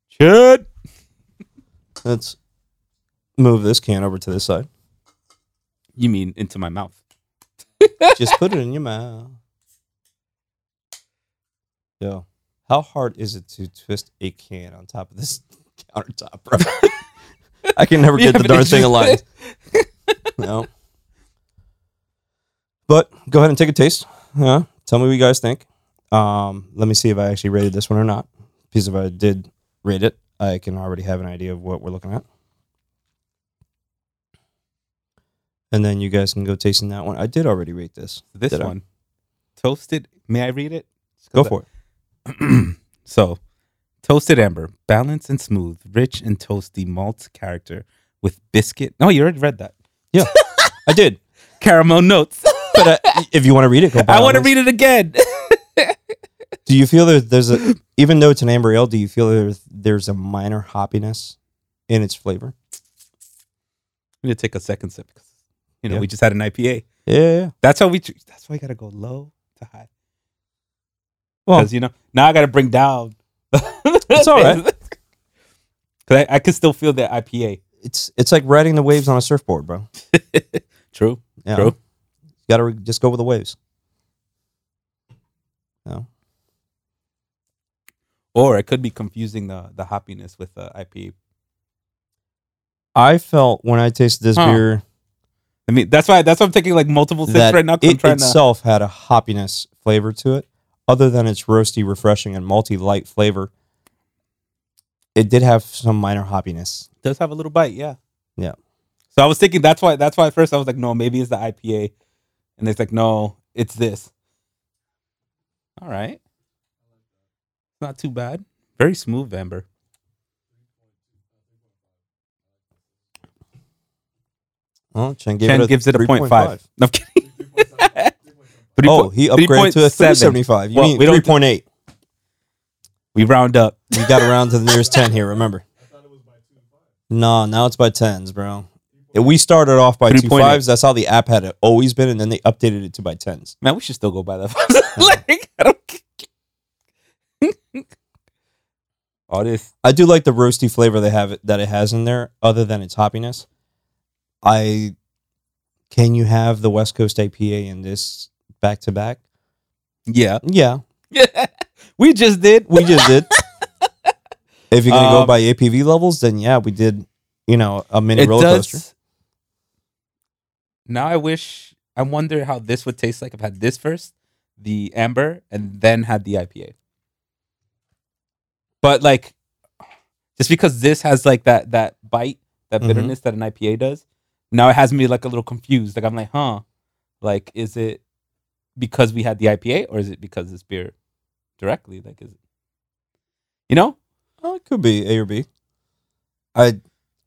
Chud.
Let's move this can over to this side.
You mean into my mouth?
Just put it in your mouth. Yo, how hard is it to twist a can on top of this [laughs] countertop, bro? [laughs] I can never get the darn thing aligned. No. But go ahead and take a taste. Yeah. Tell me what you guys think. Um, let me see if I actually rated this one or not. Because if I did rate it, I can already have an idea of what we're looking at. And then you guys can go tasting that one. I did already rate this.
This
Did I?
one, toasted. May I read it?
Go for it.
So, toasted amber, balanced and smooth, rich and toasty malt character with biscuit. No, you already read that.
I did.
Caramel notes.
But uh, if you want to read it, go by
I
all
want to
means.
read it [laughs] again.
Do you feel that there's a, even though it's an amber ale, do you feel there's, there's a minor hoppiness in its flavor?
I'm gonna take a second sip because you know
Yeah.
we just had an IPA.
Yeah, yeah, yeah.
That's how we. choo- That's why you gotta go low to high.
Well-
Because you know now I gotta bring down. [laughs]
It's all right.
Because I, I can still feel that IPA.
It's it's like riding the waves on a surfboard, bro.
True.
Yeah.
True.
got to re- just go with the waves. No.
Or it could be confusing the the hoppiness with the IPA.
I felt when I tasted this
Huh.
beer
I mean, that's why that's why I'm taking like multiple sips
that
right now. 'cause I'm
it
trying to.
itself had a hoppiness flavor to it, other than its roasty, refreshing, and multi light flavor. It did have some minor hoppiness.
does have a little bite, yeah.
Yeah.
So I was thinking that's why that's why at first I was like, no, maybe it's the IPA. And it's like, no, it's this. All right. Not too bad. Very smooth, Amber.
Oh, Chen gave
Chen
it a
gives it a 0.5.
3.5.
No, I'm kidding. [laughs] Three
Oh,
po-
he upgraded to a
3.7.
375. You
Well,
mean
we don't-
3.8.
We round up.
[laughs] You got around to the nearest 10 here, remember? No, now it's by 10s, bro. If we started off by two
3.8.
fives. That's how the app had it always been, and then they updated it to by 10s.
Man, we should still go by that. [laughs]
Uh-huh.
like, I don't ca- All this.
I do like the roasty flavor they have that it has in there, other than its hoppiness. I can you have the West Coast IPA in this back to back?
Yeah. [laughs]
Yeah,
we just did.
we just did. if you're gonna go
Um,
by APV levels, then yeah, we did. You know, a mini roller coaster.
Now I wish I wonder how this would taste like if I had this first, the amber, and then had the IPA. But like, just because this has like that that bite, that
Mhm.
bitterness that an IPA does, now it has me like a little confused. Like I'm like, huh, like is it because we had the IPA or is it because it's beer directly? Like is it, you know?
Oh, it could be A or B. I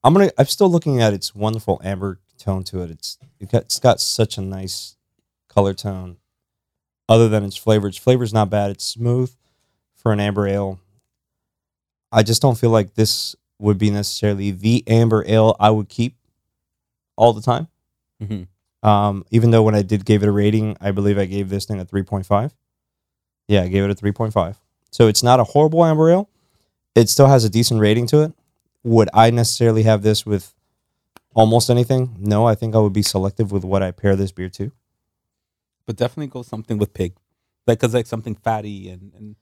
I'm gonna I'm still looking at its wonderful amber tone to it. It's it got, it's got such a nice color tone. Other than its flavor, its flavor's not bad. It's smooth for an amber ale. I just don't feel like this would be necessarily the amber ale I would keep all the time.
Mhm.
Um, even though when I did give it a rating, I believe I gave this thing a 3.5. Yeah, I gave it a 3.5. So it's not a horrible amber ale. It still has a decent rating to it. Would I necessarily have this with almost anything? No, I think I would be selective with what I pair this beer to.
But definitely go something with pig, like cause like something fatty and and,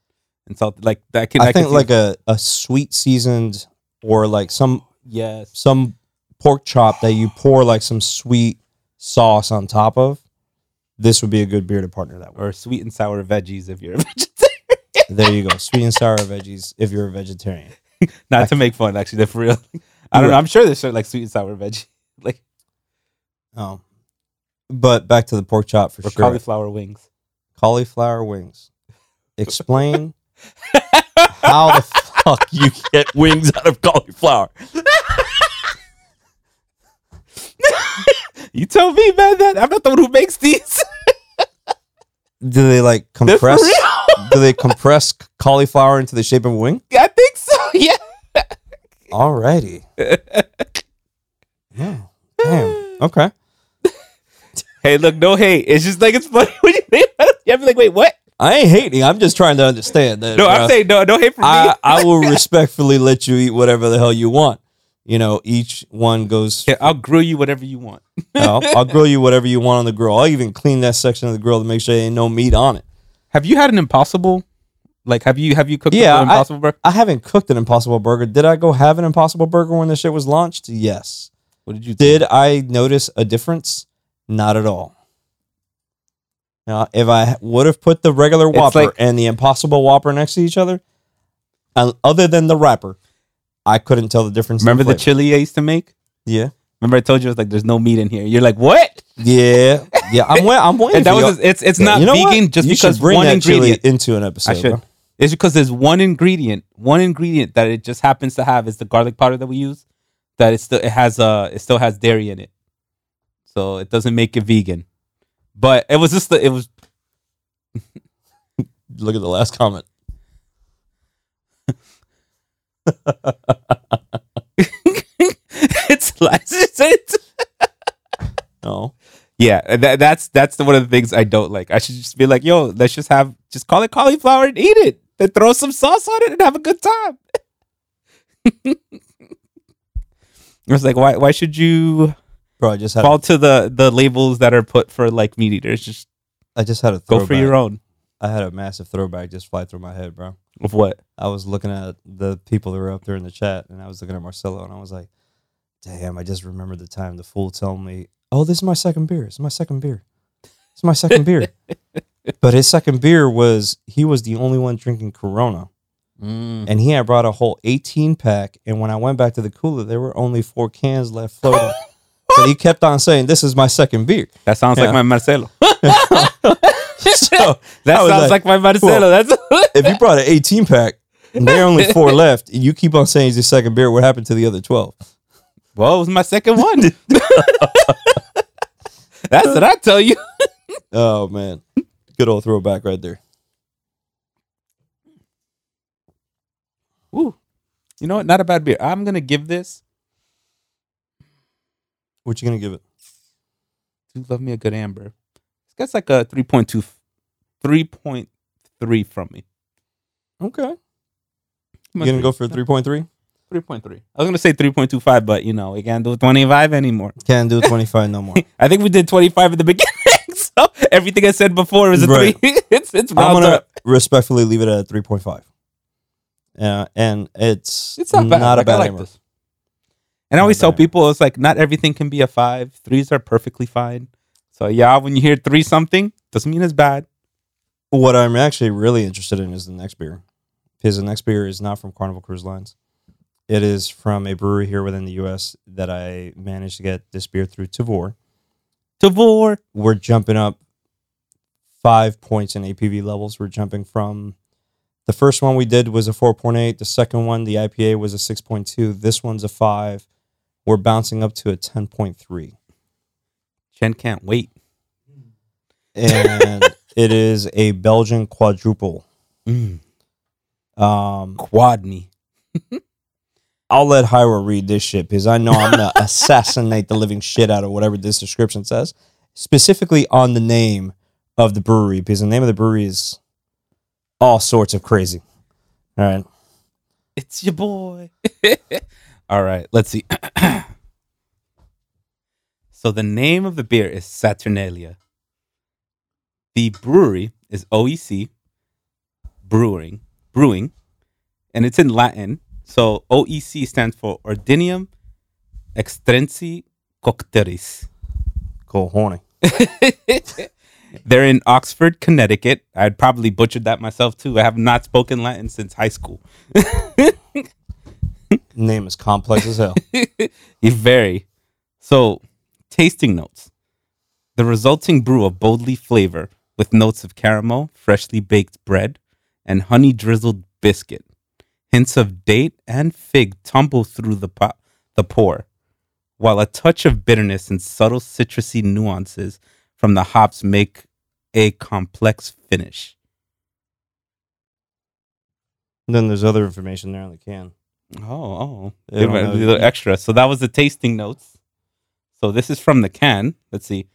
and salty. Like that can
I,
can
think
see-
like a, a sweet seasoned or like some
yes.
some pork chop that you pour like some sweet sauce on top of. This would be a good beer to partner that with.
or sweet and sour veggies if you're a [laughs] vegetarian.
There you
[laughs]
go. Sweet and sour veggies if you're a vegetarian.
Not to make fun, actually, they're for real. [laughs] I don't know. I'm sure there's certain, like sweet and sour veggie, like
Oh. But back to the pork chop for
or
sure.
cauliflower [laughs] wings.
Cauliflower wings. Explain
[laughs]
how the fuck you get wings out of cauliflower.
You tell me, man, that I'm not the one who makes these. [laughs]
Do they like
They're for
compress?
real.
[laughs] Do they compress cauliflower into the shape of a wing?
I think so. [laughs] Yeah.
[laughs] Alrighty. Yeah. Damn. Okay.
Hey, look, no hate. It's just like it's funny [laughs] when you think about it. You have to be like, wait, what?
I ain't hating. I'm just trying to understand that.
No,
bruh.
I'm saying no, no hate for me.
I, I will respectfully let you eat whatever the hell you want. You know, each one goes
Here, I'll grill you whatever you want.
No, I'll grill you whatever you want on the grill. I'll even clean that section of the grill to make sure there ain't no meat on it.
Have you had an impossible? Like, have you have you cooked
Yeah,
an
I-
impossible burger?
I haven't cooked an Impossible Burger. Did I go have an Impossible Burger when this shit was launched? Yes.
What did you think?
Did I notice a difference? Not at all. Now, if I would have put the regular
It's
Whopper
like-
and the Impossible Whopper next to each other, and other than the wrapper, I couldn't tell the difference. in
Remember the
flavor.
chili I used to make?
yeah,
Remember I told you I was like, there's no meat in here. You're like, what?
yeah, yeah. I'm wait- I'm
[laughs]
waiting.
And that
for
was
y'all-
it's it's
Yeah,
not
you know
vegan
what?
just
You should
because
bring
one
that
ingredient.
chili into an episode.
I should.
bro.
It's because there's one ingredient, one ingredient that it just happens to have is the garlic powder that we use. That it still it has uh it still has dairy in it, so it doesn't make it vegan. But it was just the, it was [laughs]
Look at the last comment.
it's licensed. [laughs] It's,
No.
yeah, and that, that's that's the, one of the things I don't like. I should just be like, yo, let's just have just call it cauliflower and eat it. Then throw some sauce on it and have a good time. [laughs] I was like, why why should you
Bro, I just had
fall to the the labels that are put for like meat eaters. Just
I just had a
go
throwback.
for your own.
I had a massive throwback just fly through my head, bro.
Of what?
I was looking at the people that were up there in the chat, and I was looking at Marcelo, and I was like, "Damn!" I just remembered the time the fool telling me, "Oh, this is my second beer. It's my second beer. It's my second beer." But his second beer was he was the only one drinking Corona, and he had brought a whole eighteen pack. And when I went back to the cooler, there were only four cans left floating. But he kept on saying, "This is my second beer." [laughs]
That sounds
Yeah.
like my [laughs] Marcelo.
So
That
I was
sounds
like,
like, my Marcelo. That's [laughs]
if you brought an 18 pack and there are only four left, and you keep on saying it's your second beer, what happened to the other 12?
well, it was my second one. [laughs] That's what I tell you.
Oh, man. Good old throwback right there.
Ooh. You know what? Not a bad beer. I'm gonna give this.
What you going to give it?
Do love me a good amber. This gets like a 3.2, 3.3 from me.
Okay. You going to go for 3.3?
3.3. I was gonna say 3.25, but you know we can't do 25 anymore.
Can't do 25 no [laughs] more.
I think we did 25 at the [laughs] beginning. So everything I said before was a
Right.
three. [laughs] it's it's
I'm
round
going to
up.
respectfully leave it at 3.5. Uh, and it's,
It's not bad.
a
Like, I
bad
like
amber.
this. And I
Not
always
a
tell
bad amber.
people it's like not everything can be a five. Threes are perfectly fine. So y'all, when you hear three something, doesn't mean it's bad.
What I'm actually really interested in is the next beer, because the next beer is not from Carnival Cruise Lines. It is from a brewery here within the U.S. that I managed to get this beer through Tavor.
Tavor.
We're jumping up five points in APV levels. We're jumping from the first one we did was a 4.8. The second one, the IPA, was a 6.2. This one's a five. We're bouncing up to a 10.3.
Chen can't wait.
And it is a Belgian quadruple. Mm. Um,
Quad me.
I'll let Hyra read this shit because I know I'm gonna assassinate the living shit out of whatever this description says, specifically on the name of the brewery because the name of the brewery is all sorts of crazy. All right,
It's your boy. [laughs] All right, let's see. [clears throat] so the name of the beer is Saturnalia. The brewery is OEC Brewing, Brewing, and it's in Latin. So OEC stands for Ordinium Extrinsi Cocteris.
cool, horny.
They're in Oxford, Connecticut. I'd probably butchered that myself too. I have not spoken Latin since high school.
Name is complex as
[laughs]
hell.
It vary. So, tasting notes. The resulting brew of boldly flavor with notes of caramel, freshly baked bread, and honey drizzled biscuit. Hints of date and fig tumble through the po- the pour, while a touch of bitterness and subtle citrusy nuances from the hops make a complex finish.
And then there's other information there on the can.
Oh, oh,
They
They
don't
might
know.
be a little extra. So that was the tasting notes. So this is from the can. Let's see.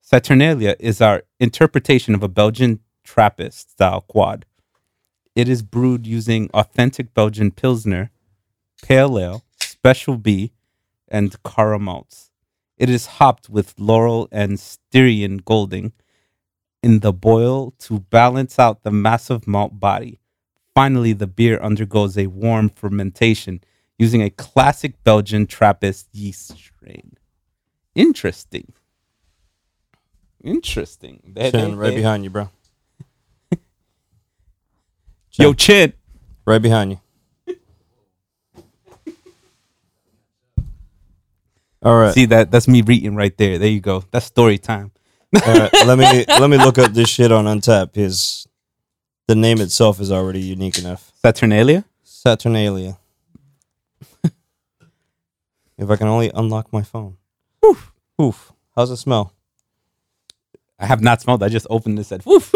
Saturnalia is our interpretation of a Belgian Trappist style quad. It is brewed using authentic Belgian Pilsner, Pale Ale, Special B, and Cara malts. It is hopped with Laurel and Styrian Golding in the boil to balance out the massive malt body. Finally, the beer undergoes a warm fermentation using a classic Belgian Trappist yeast strain. Interesting. Interesting. They-
Chin,
they-
right
they-
behind you, bro.
Yo, Chin.
Right
[laughs]
behind you. All right.
See that? That's me reading right there. There you go. That's story time.
All right, let me let me look up this shit on Untap. His the name itself is already unique enough.
Saturnalia. [laughs]
Saturnalia. if I can only unlock my phone. Oof, oof. How's it smell?
I have not smelled. I just opened this and woof.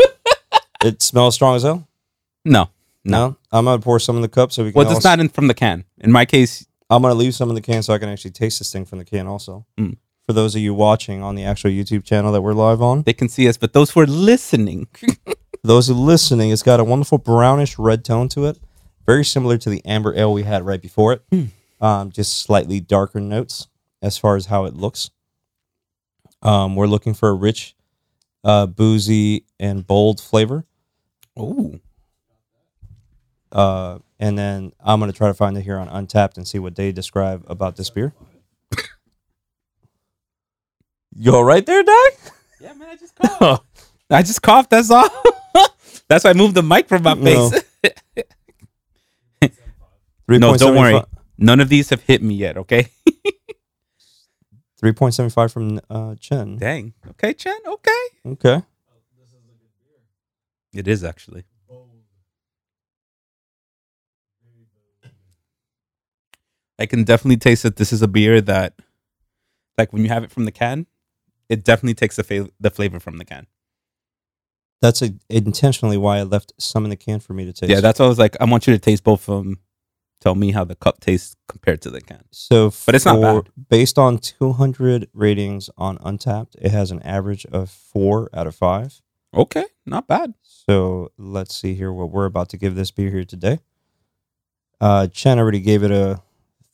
It smells strong as hell.
no,
No, I'm gonna pour some in the cup so we can.
well, it's
also-
not in from the can. In my case,
I'm gonna leave some in the can so I can actually taste this thing from the can. Also,
Mm.
for those of you watching on the actual YouTube channel that we're live on,
they can see us, but those who are listening,
those who are listening, it's got a wonderful brownish red tone to it, very similar to the amber ale we had right before it.
Mm.
Um, just slightly darker notes as far as how it looks. Um, we're looking for a rich, uh, boozy, and bold flavor.
oh,
Uh, and then I'm going to try to find it here on Untapped and see what they describe about this
[laughs]
beer.
you all right there, Doc? Yeah, man, I just coughed. [laughs] I just coughed. That's all. [laughs] that's why I moved the mic from my
No.
[laughs] face. no, don't worry.
3.75
None of these have hit me yet. Okay. [laughs]
3.75 from uh, Chen.
Dang. Okay, Chen. Okay.
Okay.
It is actually. I can definitely taste that this is a beer that, like when you have it from the can, it definitely takes the fa- the flavor from the can.
That's a, intentionally why I left some in the can for me to taste.
Yeah, that's why I was like, I want you to taste both of them. Tell me how the cup tastes compared to the can.
So,
But it's not
Based on 200 ratings on Untapped, it has an average of four out of five.
Okay, not bad.
So let's see here what we're about to give this beer here today. Uh, Chen already gave it a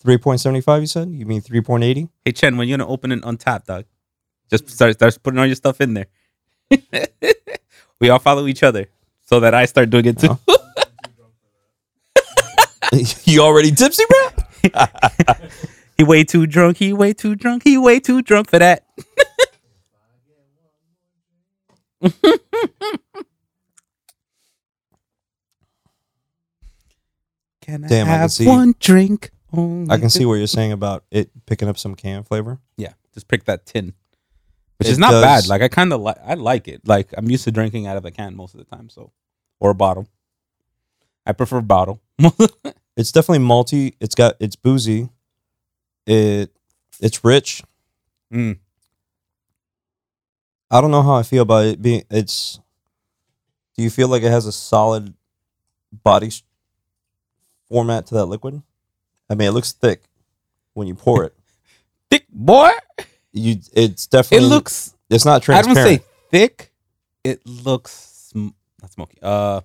3.75. You said you mean 3.80?
Hey Chen, when you're gonna open it untapped, dog, just start start putting all your stuff in there. [laughs] we all follow each other, so that I start doing it too.
Oh.
[laughs]
[laughs] you already tipsy, bro?
He way too drunk. He way too drunk. He way too drunk for that. [laughs] Can I
Damn, I can
have
see-
one drink? Only
I can see
this-
what you're saying about it picking up some can flavor.
Yeah, just pick that tin, which
It
is not
does-
bad. Like I kind of like I like it. Like I'm used to drinking out of a can most of the time, so or a bottle. I prefer bottle.
It's definitely malty. It's got it's boozy. It it's rich.
Mm.
I don't know how I feel about it being it's do you feel like it has a solid body s- format to that liquid? I mean, it looks thick when you
[laughs]
pour it.
thick boy.
You it's
It
definitely
looks.
it's not
I don't
transparent.
say thick. It looks sm- not smoky. Uh,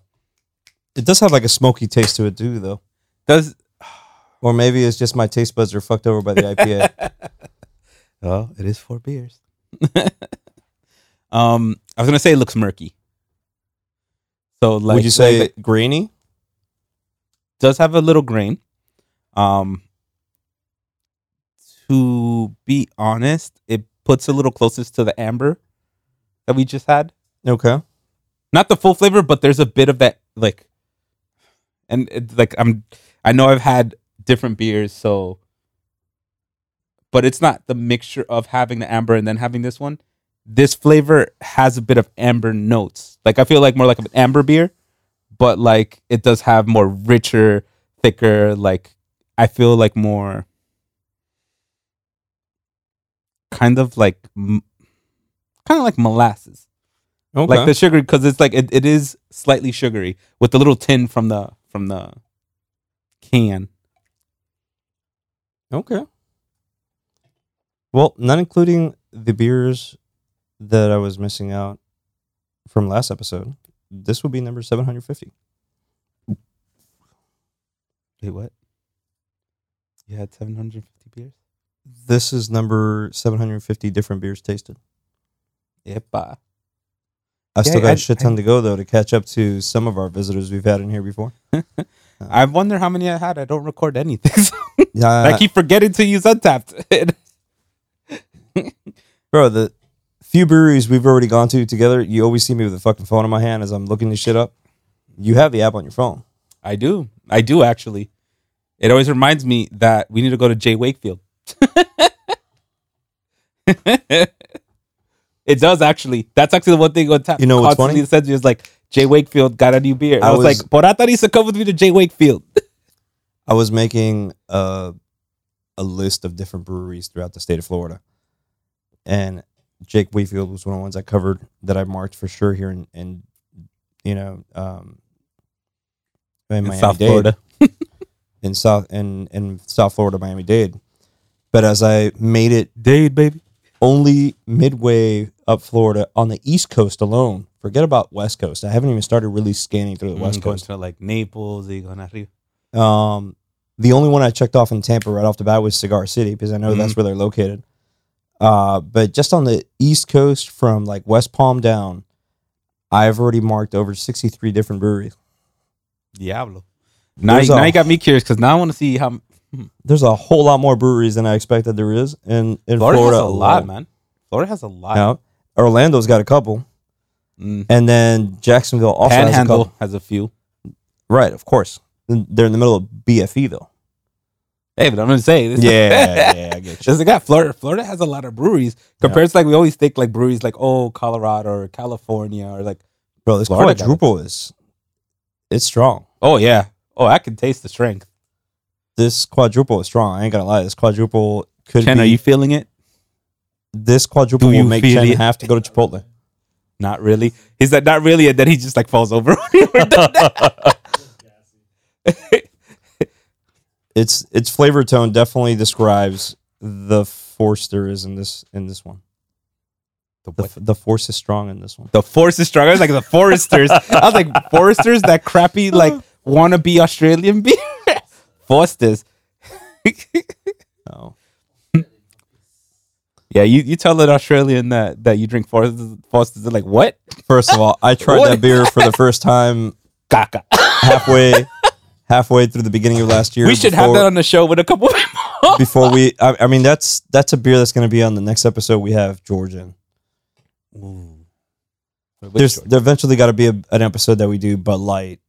It does have like a smoky taste to it too though.
does
Or maybe it's just my taste buds are fucked over by
[laughs]
the IPA.
oh, it is four beers. [laughs] um, I was gonna say it looks murky. So like,
Would you say
like,
grainy?
does have a little grain. Um, to be honest, it puts a little closest to the amber that we just had.
Okay.
Not the full flavor, but there's a bit of that like, and it, like I'm, I know I've had different beers, so, but it's not the mixture of having the amber and then having this one. This flavor has a bit of amber notes. Like I feel like more like an amber beer, but like it does have more richer, thicker. Like I feel like more kind of like m- kind of like molasses,
Okay.
like the sugar because it's like it, it is slightly sugary with the little tin from the from the can.
Okay. Well, not including the beers that I was missing out from last episode, this would be number 750.
Wait, what? You had seven hundred fifty beers.
This is number 750 different beers tasted.
Epa.
I still
Yeah,
got
I-
a shit ton to go, though, to catch up to some of our visitors we've had in here before.
I wonder how many I had. I don't record anything. [laughs] so
Yeah,
[laughs] I keep forgetting to use Untapped. [laughs]
bro, the few breweries we've already gone to together, you always see me with a fucking phone in my hand as I'm looking this shit up. You have the app on your phone.
I do. I do actually. It always reminds me that we need to go to Jay Wakefield. [laughs] it does actually. That's actually the one thing on tap.
You know what's
constantly
funny?
Says is like Jay Wakefield got a new beer. I,
I
was,
was-
like, but I thought he used to come with me to Jay Wakefield.
I was making a a list of different breweries throughout the state of Florida, and Jake Wheatfield was one of the ones I covered that I marked for sure here in, in you know um, in,
[laughs] In
Miami
South Florida.
in South in in South Florida, Miami Dade. But as I made it
Dude, baby.
only midway up Florida on the East Coast alone, forget about West Coast. I haven't even started really scanning
Mm,
through the West Coast.
to like Naples, y going arriba.
Um, the only one I checked off in Tampa right off the bat was Cigar City because I know
Mm-hmm.
that's where they're located. Uh, but just on the East Coast from like West Palm down, I've already marked over 63 different breweries.
Diablo. Now,
There's
you, now
a-
you got me curious because now I want to see how
There's a whole lot more breweries than I expected there is in, in
Florida,
Florida.
has a lot,
alone.
man. Florida has a lot.
Now, Orlando's got a couple,
Mm.
and then Jacksonville also has a couple.
Panhandle has a few.
Right, of course. They're in the middle of BFE
[laughs]
though.
Hey, but I'm gonna say this. [laughs]
yeah, I get
Just like that, Florida, Florida has a lot of breweries compared to like we always think like breweries like oh Colorado or California or like
Bro, this
Florida got it.
quadruple is it's strong.
oh yeah oh I can taste the strength.
this quadruple is strong. I ain't gonna lie. This quadruple could
Ken,
be.
are you feeling it?
this quadruple
Do
will
you
make
feel
Chen
it?
have to go to Chipotle.
Not really. He's like not really, and then he just like falls over. [laughs] When we're done.
It's its flavor tone definitely describes the force there is in this in this one. The, f- the force is strong in this one.
the forest is strong. I was like the foresters. I was like foresters, that crappy like wannabe Australian beer. [laughs] foresters.
Oh,
Yeah, you, you tell an Australian that that you drink foresters. Foresters, they're like what?
first of all, I
[laughs]
tried
What?
that beer for the first time
Caca.
halfway halfway through the beginning of last year.
[laughs] We should have
before-
that on the show with a couple. [laughs] people.
before we. I, I mean, that's that's a beer that's going to be on the next episode we have George in. There's there eventually got to be a, an episode that we do Bud Light,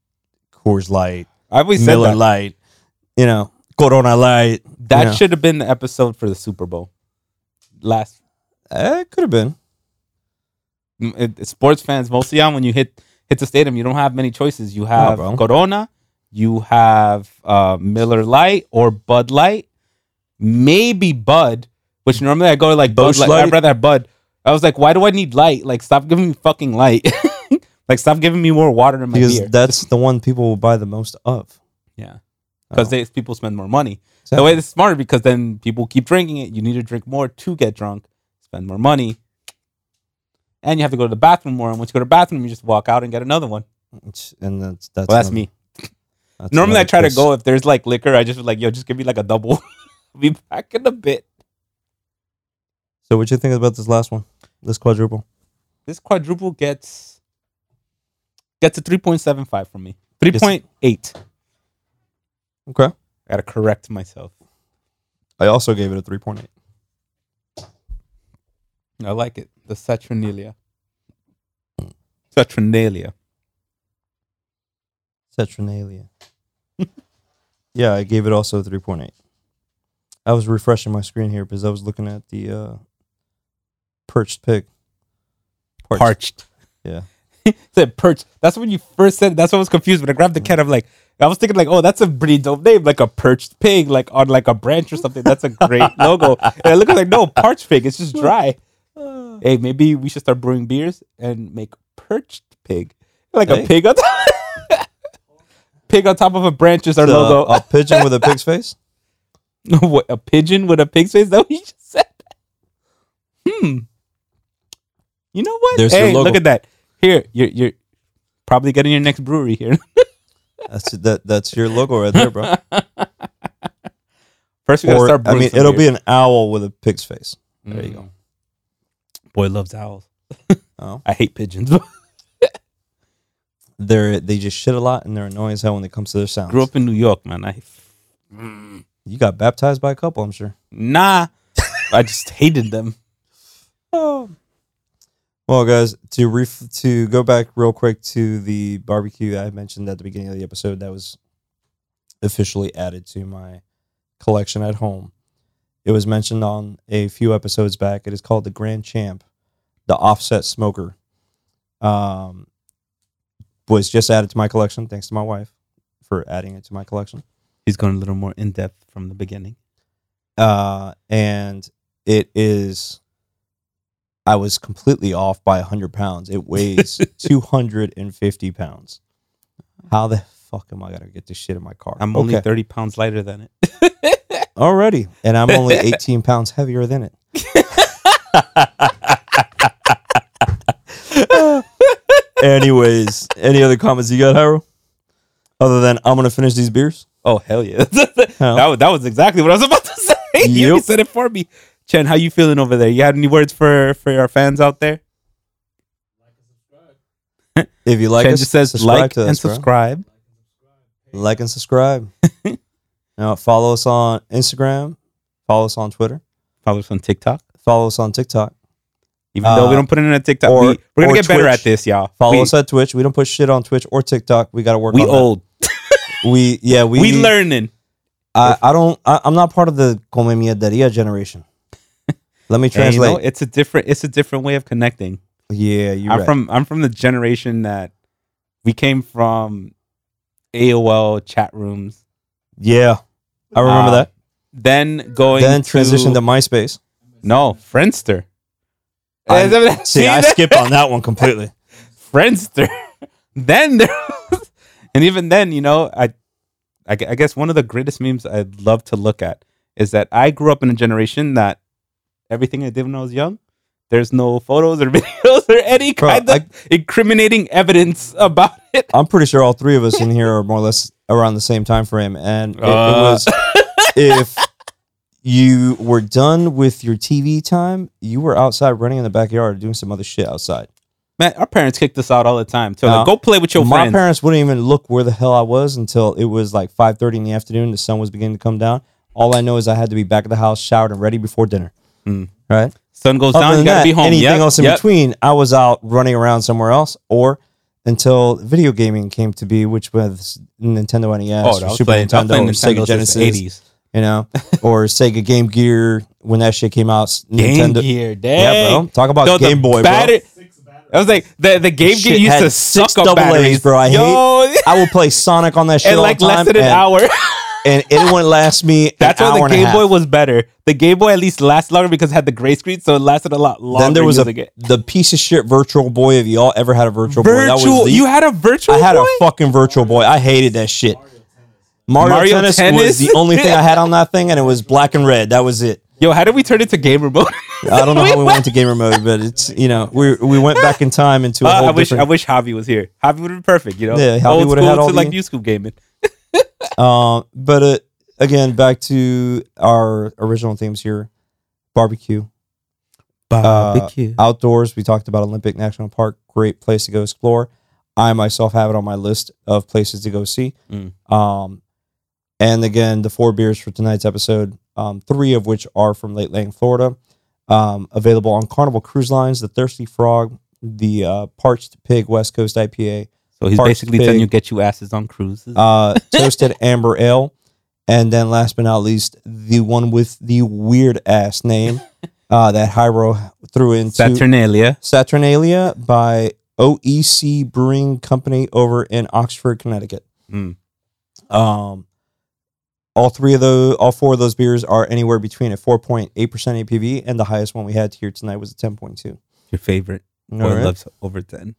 Coors Light,
I always said
Miller
that.
Light, you know, Corona Light.
that
Yeah.
should have been the episode for the Super Bowl. Last
Eh, it could have been.
m- it- it's sports fans mostly on when you hit hit the stadium, you don't have many choices. You have
bro.
Corona, you have uh, Miller Light or Bud Light, maybe Bud. Which normally I go to like Bud
Busch
Light. I'd
Light?
rather have Bud. I was like, why do I need light? Like, stop giving me fucking light. [laughs] like, stop giving me more water in my
Because
beer.
that's the one people will buy the most of.
yeah, because
Oh.
they people spend more money.
So-
That way, it's smarter because then people keep drinking it. You need to drink more to get drunk, spend more money, and you have to go to the bathroom more. And once you go to the bathroom, you just walk out and get another one.
It's- and that's that's,
well, that's
another-
me.
that's
Normally, I
another
try to
twist.
go if there's like liquor. I just like yo, just give me like a double. [laughs] I'll be back in a bit.
So, what you think about this last one? This quadruple?
This quadruple gets gets a three point seven five from me. Three
Yes.
point eight.
Okay.
I gotta correct myself.
I also gave it a three point eight.
I like it. The Saturnalia.
Mm.
Saturnalia. [laughs]
Saturnalia. yeah, I gave it also a three point eight. I was refreshing my screen here because I was looking at the uh, perched pig. Parched.
Parched.
Yeah.
[laughs] said perch. That's when you first said. That's what I was confused. When I grabbed the can, I'm like, I was thinking like, oh, that's a pretty dope name, like a perched pig, like on like a branch or something. That's a
[laughs]
great logo. And I look like, no, parched pig. It's just dry. hey, maybe we should start brewing beers and make perched pig, like a
Hey.
pig on top. [laughs] pig on top of a branch is our
So,
logo.
a pigeon with a
[laughs]
pig's face.
what a pigeon with a pig's face? Is That what you just said. Hmm. You know what?
There's your
hey, look
logo.
at that. Here, you're you're probably getting your next brewery here. [laughs]
That's that. That's your logo right there, bro.
First, we gotta
or
start.
I
Brewing
mean, it'll be an owl with a pig's face.
There you go. Boy loves [laughs] owls.
Oh,
I hate pigeons. [laughs]
they're they just shit a lot and they're annoying as hell when it comes to their sounds.
Grew up in New York, man. I
You got baptized by a couple, I'm sure.
nah. I just hated them. [laughs] Oh,
Well, guys, to ref- to go back real quick to the barbecue I mentioned at the beginning of the episode that was officially added to my collection at home. It was mentioned on a few episodes back. It is called the Grand Champ, the offset smoker. Um, was just added to my collection thanks to my wife for adding it to my collection.
he's going a little more in depth from the beginning.
uh, and it is. I was completely off by hundred pounds. It
[laughs]
weighs two hundred and fifty pounds. How the fuck am I gonna get this shit in my car?
I'm only thirty pounds lighter than it.
already, and I'm
[laughs]
only eighteen pounds heavier than it. Anyways, any other comments you got, Harold? Other than I'm gonna finish these beers.
Oh hell yeah! [laughs] that,
Oh.
was, that was exactly what I was about to [laughs] say. You
Yep.
said it for me, Chen. How you feeling over there? You had any words for for our fans out there?
If you like,
Chen
us,
just says
subscribe
like
to us,
and
bro.
subscribe.
like and
[laughs]
subscribe. now follow us on Instagram, follow us on Twitter,
Follow us on TikTok.
follow us on TikTok,
Even though we
Uh,
don't put it in a TikTok,
or-
we, we're gonna
or
get better
Twitch.
at this, y'all.
follow
we,
us at Twitch. We don't put shit on Twitch or TikTok. We got to work.
We
on that.
old.
We yeah. We
We, learning.
I, I don't. I, I'm not part of the come mierderia
[laughs]
generation. Let me
And, you know,
translate.
it's a different. It's a different way of connecting.
yeah, you're
I'm
right.
from. I'm from the generation that we came from AOL chat rooms.
yeah, I remember
Uh,
that.
Then going.
Then
to-
transition to MySpace.
no Friendster.
I-
[laughs] See,
See, I
that?
skipped on
[laughs]
that one completely.
Friendster. then there was- and even then, you know, I, I gu- I guess one of the greatest memes I'd love to look at is that I grew up in a generation that everything I did when I was young, there's no photos or [laughs] videos or any
Bro,
kind of
I-
incriminating evidence about it.
I'm pretty sure all three of us in here are more or less around the same time frame, and it, it
Uh.
was
[laughs]
if you were done with your TV time, you were outside running in the backyard doing some other shit outside.
Man, our parents kicked us out all the time. So
No.
like, go play with your
My
friends.
parents wouldn't even look where the hell I was until it was like 5:30 in the afternoon. The sun was beginning to come down. All I know is I had to be back at the house, showered and ready before dinner.
Hmm.
Right?
Sun goes
Other
down,
than
you gotta
that,
be home.
anything
Yep,
else in
yep.
between, I was out running around somewhere else or until video gaming came to be, which was Nintendo NES, or
Oh, I was
Super
playing, I was
Nintendo,
playing
or
Nintendo
Sega Genesis,
eighties.
you
[laughs]
know, or Sega Game Gear when that shit came out. s-
Game
Nintendo,
Gear,
yeah,
dang.
bro. Talk about
Yo, the
Game Boy, bro.
batter- I was like, the, the Game Gear
shit
used
had
to
six
suck up
double A's,
batteries,
bro. I
Yo,
[laughs] I would play Sonic on that shit
in
all
like
the
less
time,
than an
and, [laughs]
hour.
and it wouldn't last me.
That's
an
why
hour
the
and a
Game
half.
Boy was better. The Game Boy at least lasts longer because it had the gray screen, so it lasted a lot longer.
Then there was a
using it.
the piece of shit Virtual Boy. If y'all ever had a Virtual, Boy, that
virtual.
was the,
you had a virtual.
I had
Boy?
a fucking Virtual Boy. I hated that shit. Mario,
Mario
Tennis, was
Tennis?
the only thing I
[laughs]
had on that thing, and it was black and red. That was it.
Yo, how did we turn it to gamer
[laughs]
mode? [laughs]
I don't know how we went to gamer mode, but it's you know we we went back in time into a
Uh,
whole
I wish I
different.
wish Javi was here. Javi would have been perfect, you know.
Yeah, Javi
Old
would've had
school
all
to
the-
like new school gaming.
Um, but uh, again, back to our original themes here: barbecue, Barbecue.
Uh,
outdoors. We talked about Olympic National Park, great place to go explore. I myself have it on my list of places to go see.
Mm.
Um, and again, the four beers for tonight's episode, um, three of which are from Lake Lang, Florida, um, available on Carnival Cruise Lines, the Thirsty Frog, the uh, Parched Pig West Coast IPA,
so he's
Park's
basically
big.
telling you get you asses on cruises.
uh, Toasted Amber Ale, and then last but not least, the one with the weird ass name uh, that Hyro threw into
Saturnalia.
Saturnalia by OEC Brewing Company over in Oxford, Connecticut.
Mm.
Um, all three of those, all four of those beers are anywhere between a 4.8% APV, and the highest one we had here tonight was a 10.2.
Your favorite.
All
Boy
right.
loves over ten.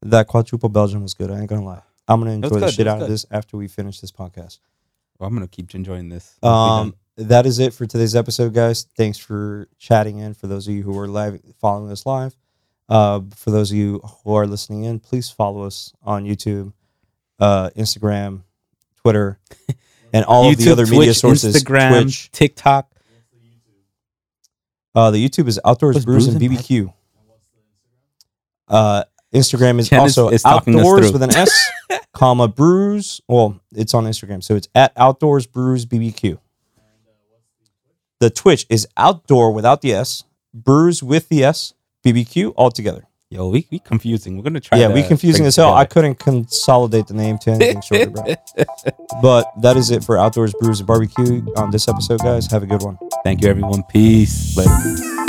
That quadruple Belgian was good. I ain't gonna lie. I'm gonna enjoy
was
the
good,
shit
it was
out of
good.
this after we finish this podcast.
Well, Oh, I'm gonna keep enjoying this.
Um, that is it for today's episode, guys. Thanks for chatting in. For those of you who are live following us live, uh, for those of you who are listening in, please follow us on YouTube, uh, Instagram, Twitter, and all of the other media sources.
Instagram,
Twitch.
TikTok.
Uh, the YouTube is Outdoors
What's
Brews,
Brews
and
and
BBQ. Uh, Instagram is
Ken is-
also
is talking us
Outdoors
through.
with an
[laughs]
S, comma Brews. Well, it's on Instagram, so it's at Outdoors Brews BBQ. The Twitch is Outdoor without the S, Brews with the S, BBQ all together.
Yo, we, we confusing. We're gonna try.
yeah,
to
we confusing
bring it
as hell. I couldn't
together.
consolidate the name to anything shorter,
[laughs]
bro. But that is it for Outdoors Brews and Barbecue on this episode, guys. Have a good one.
Thank you, everyone. Peace. Later.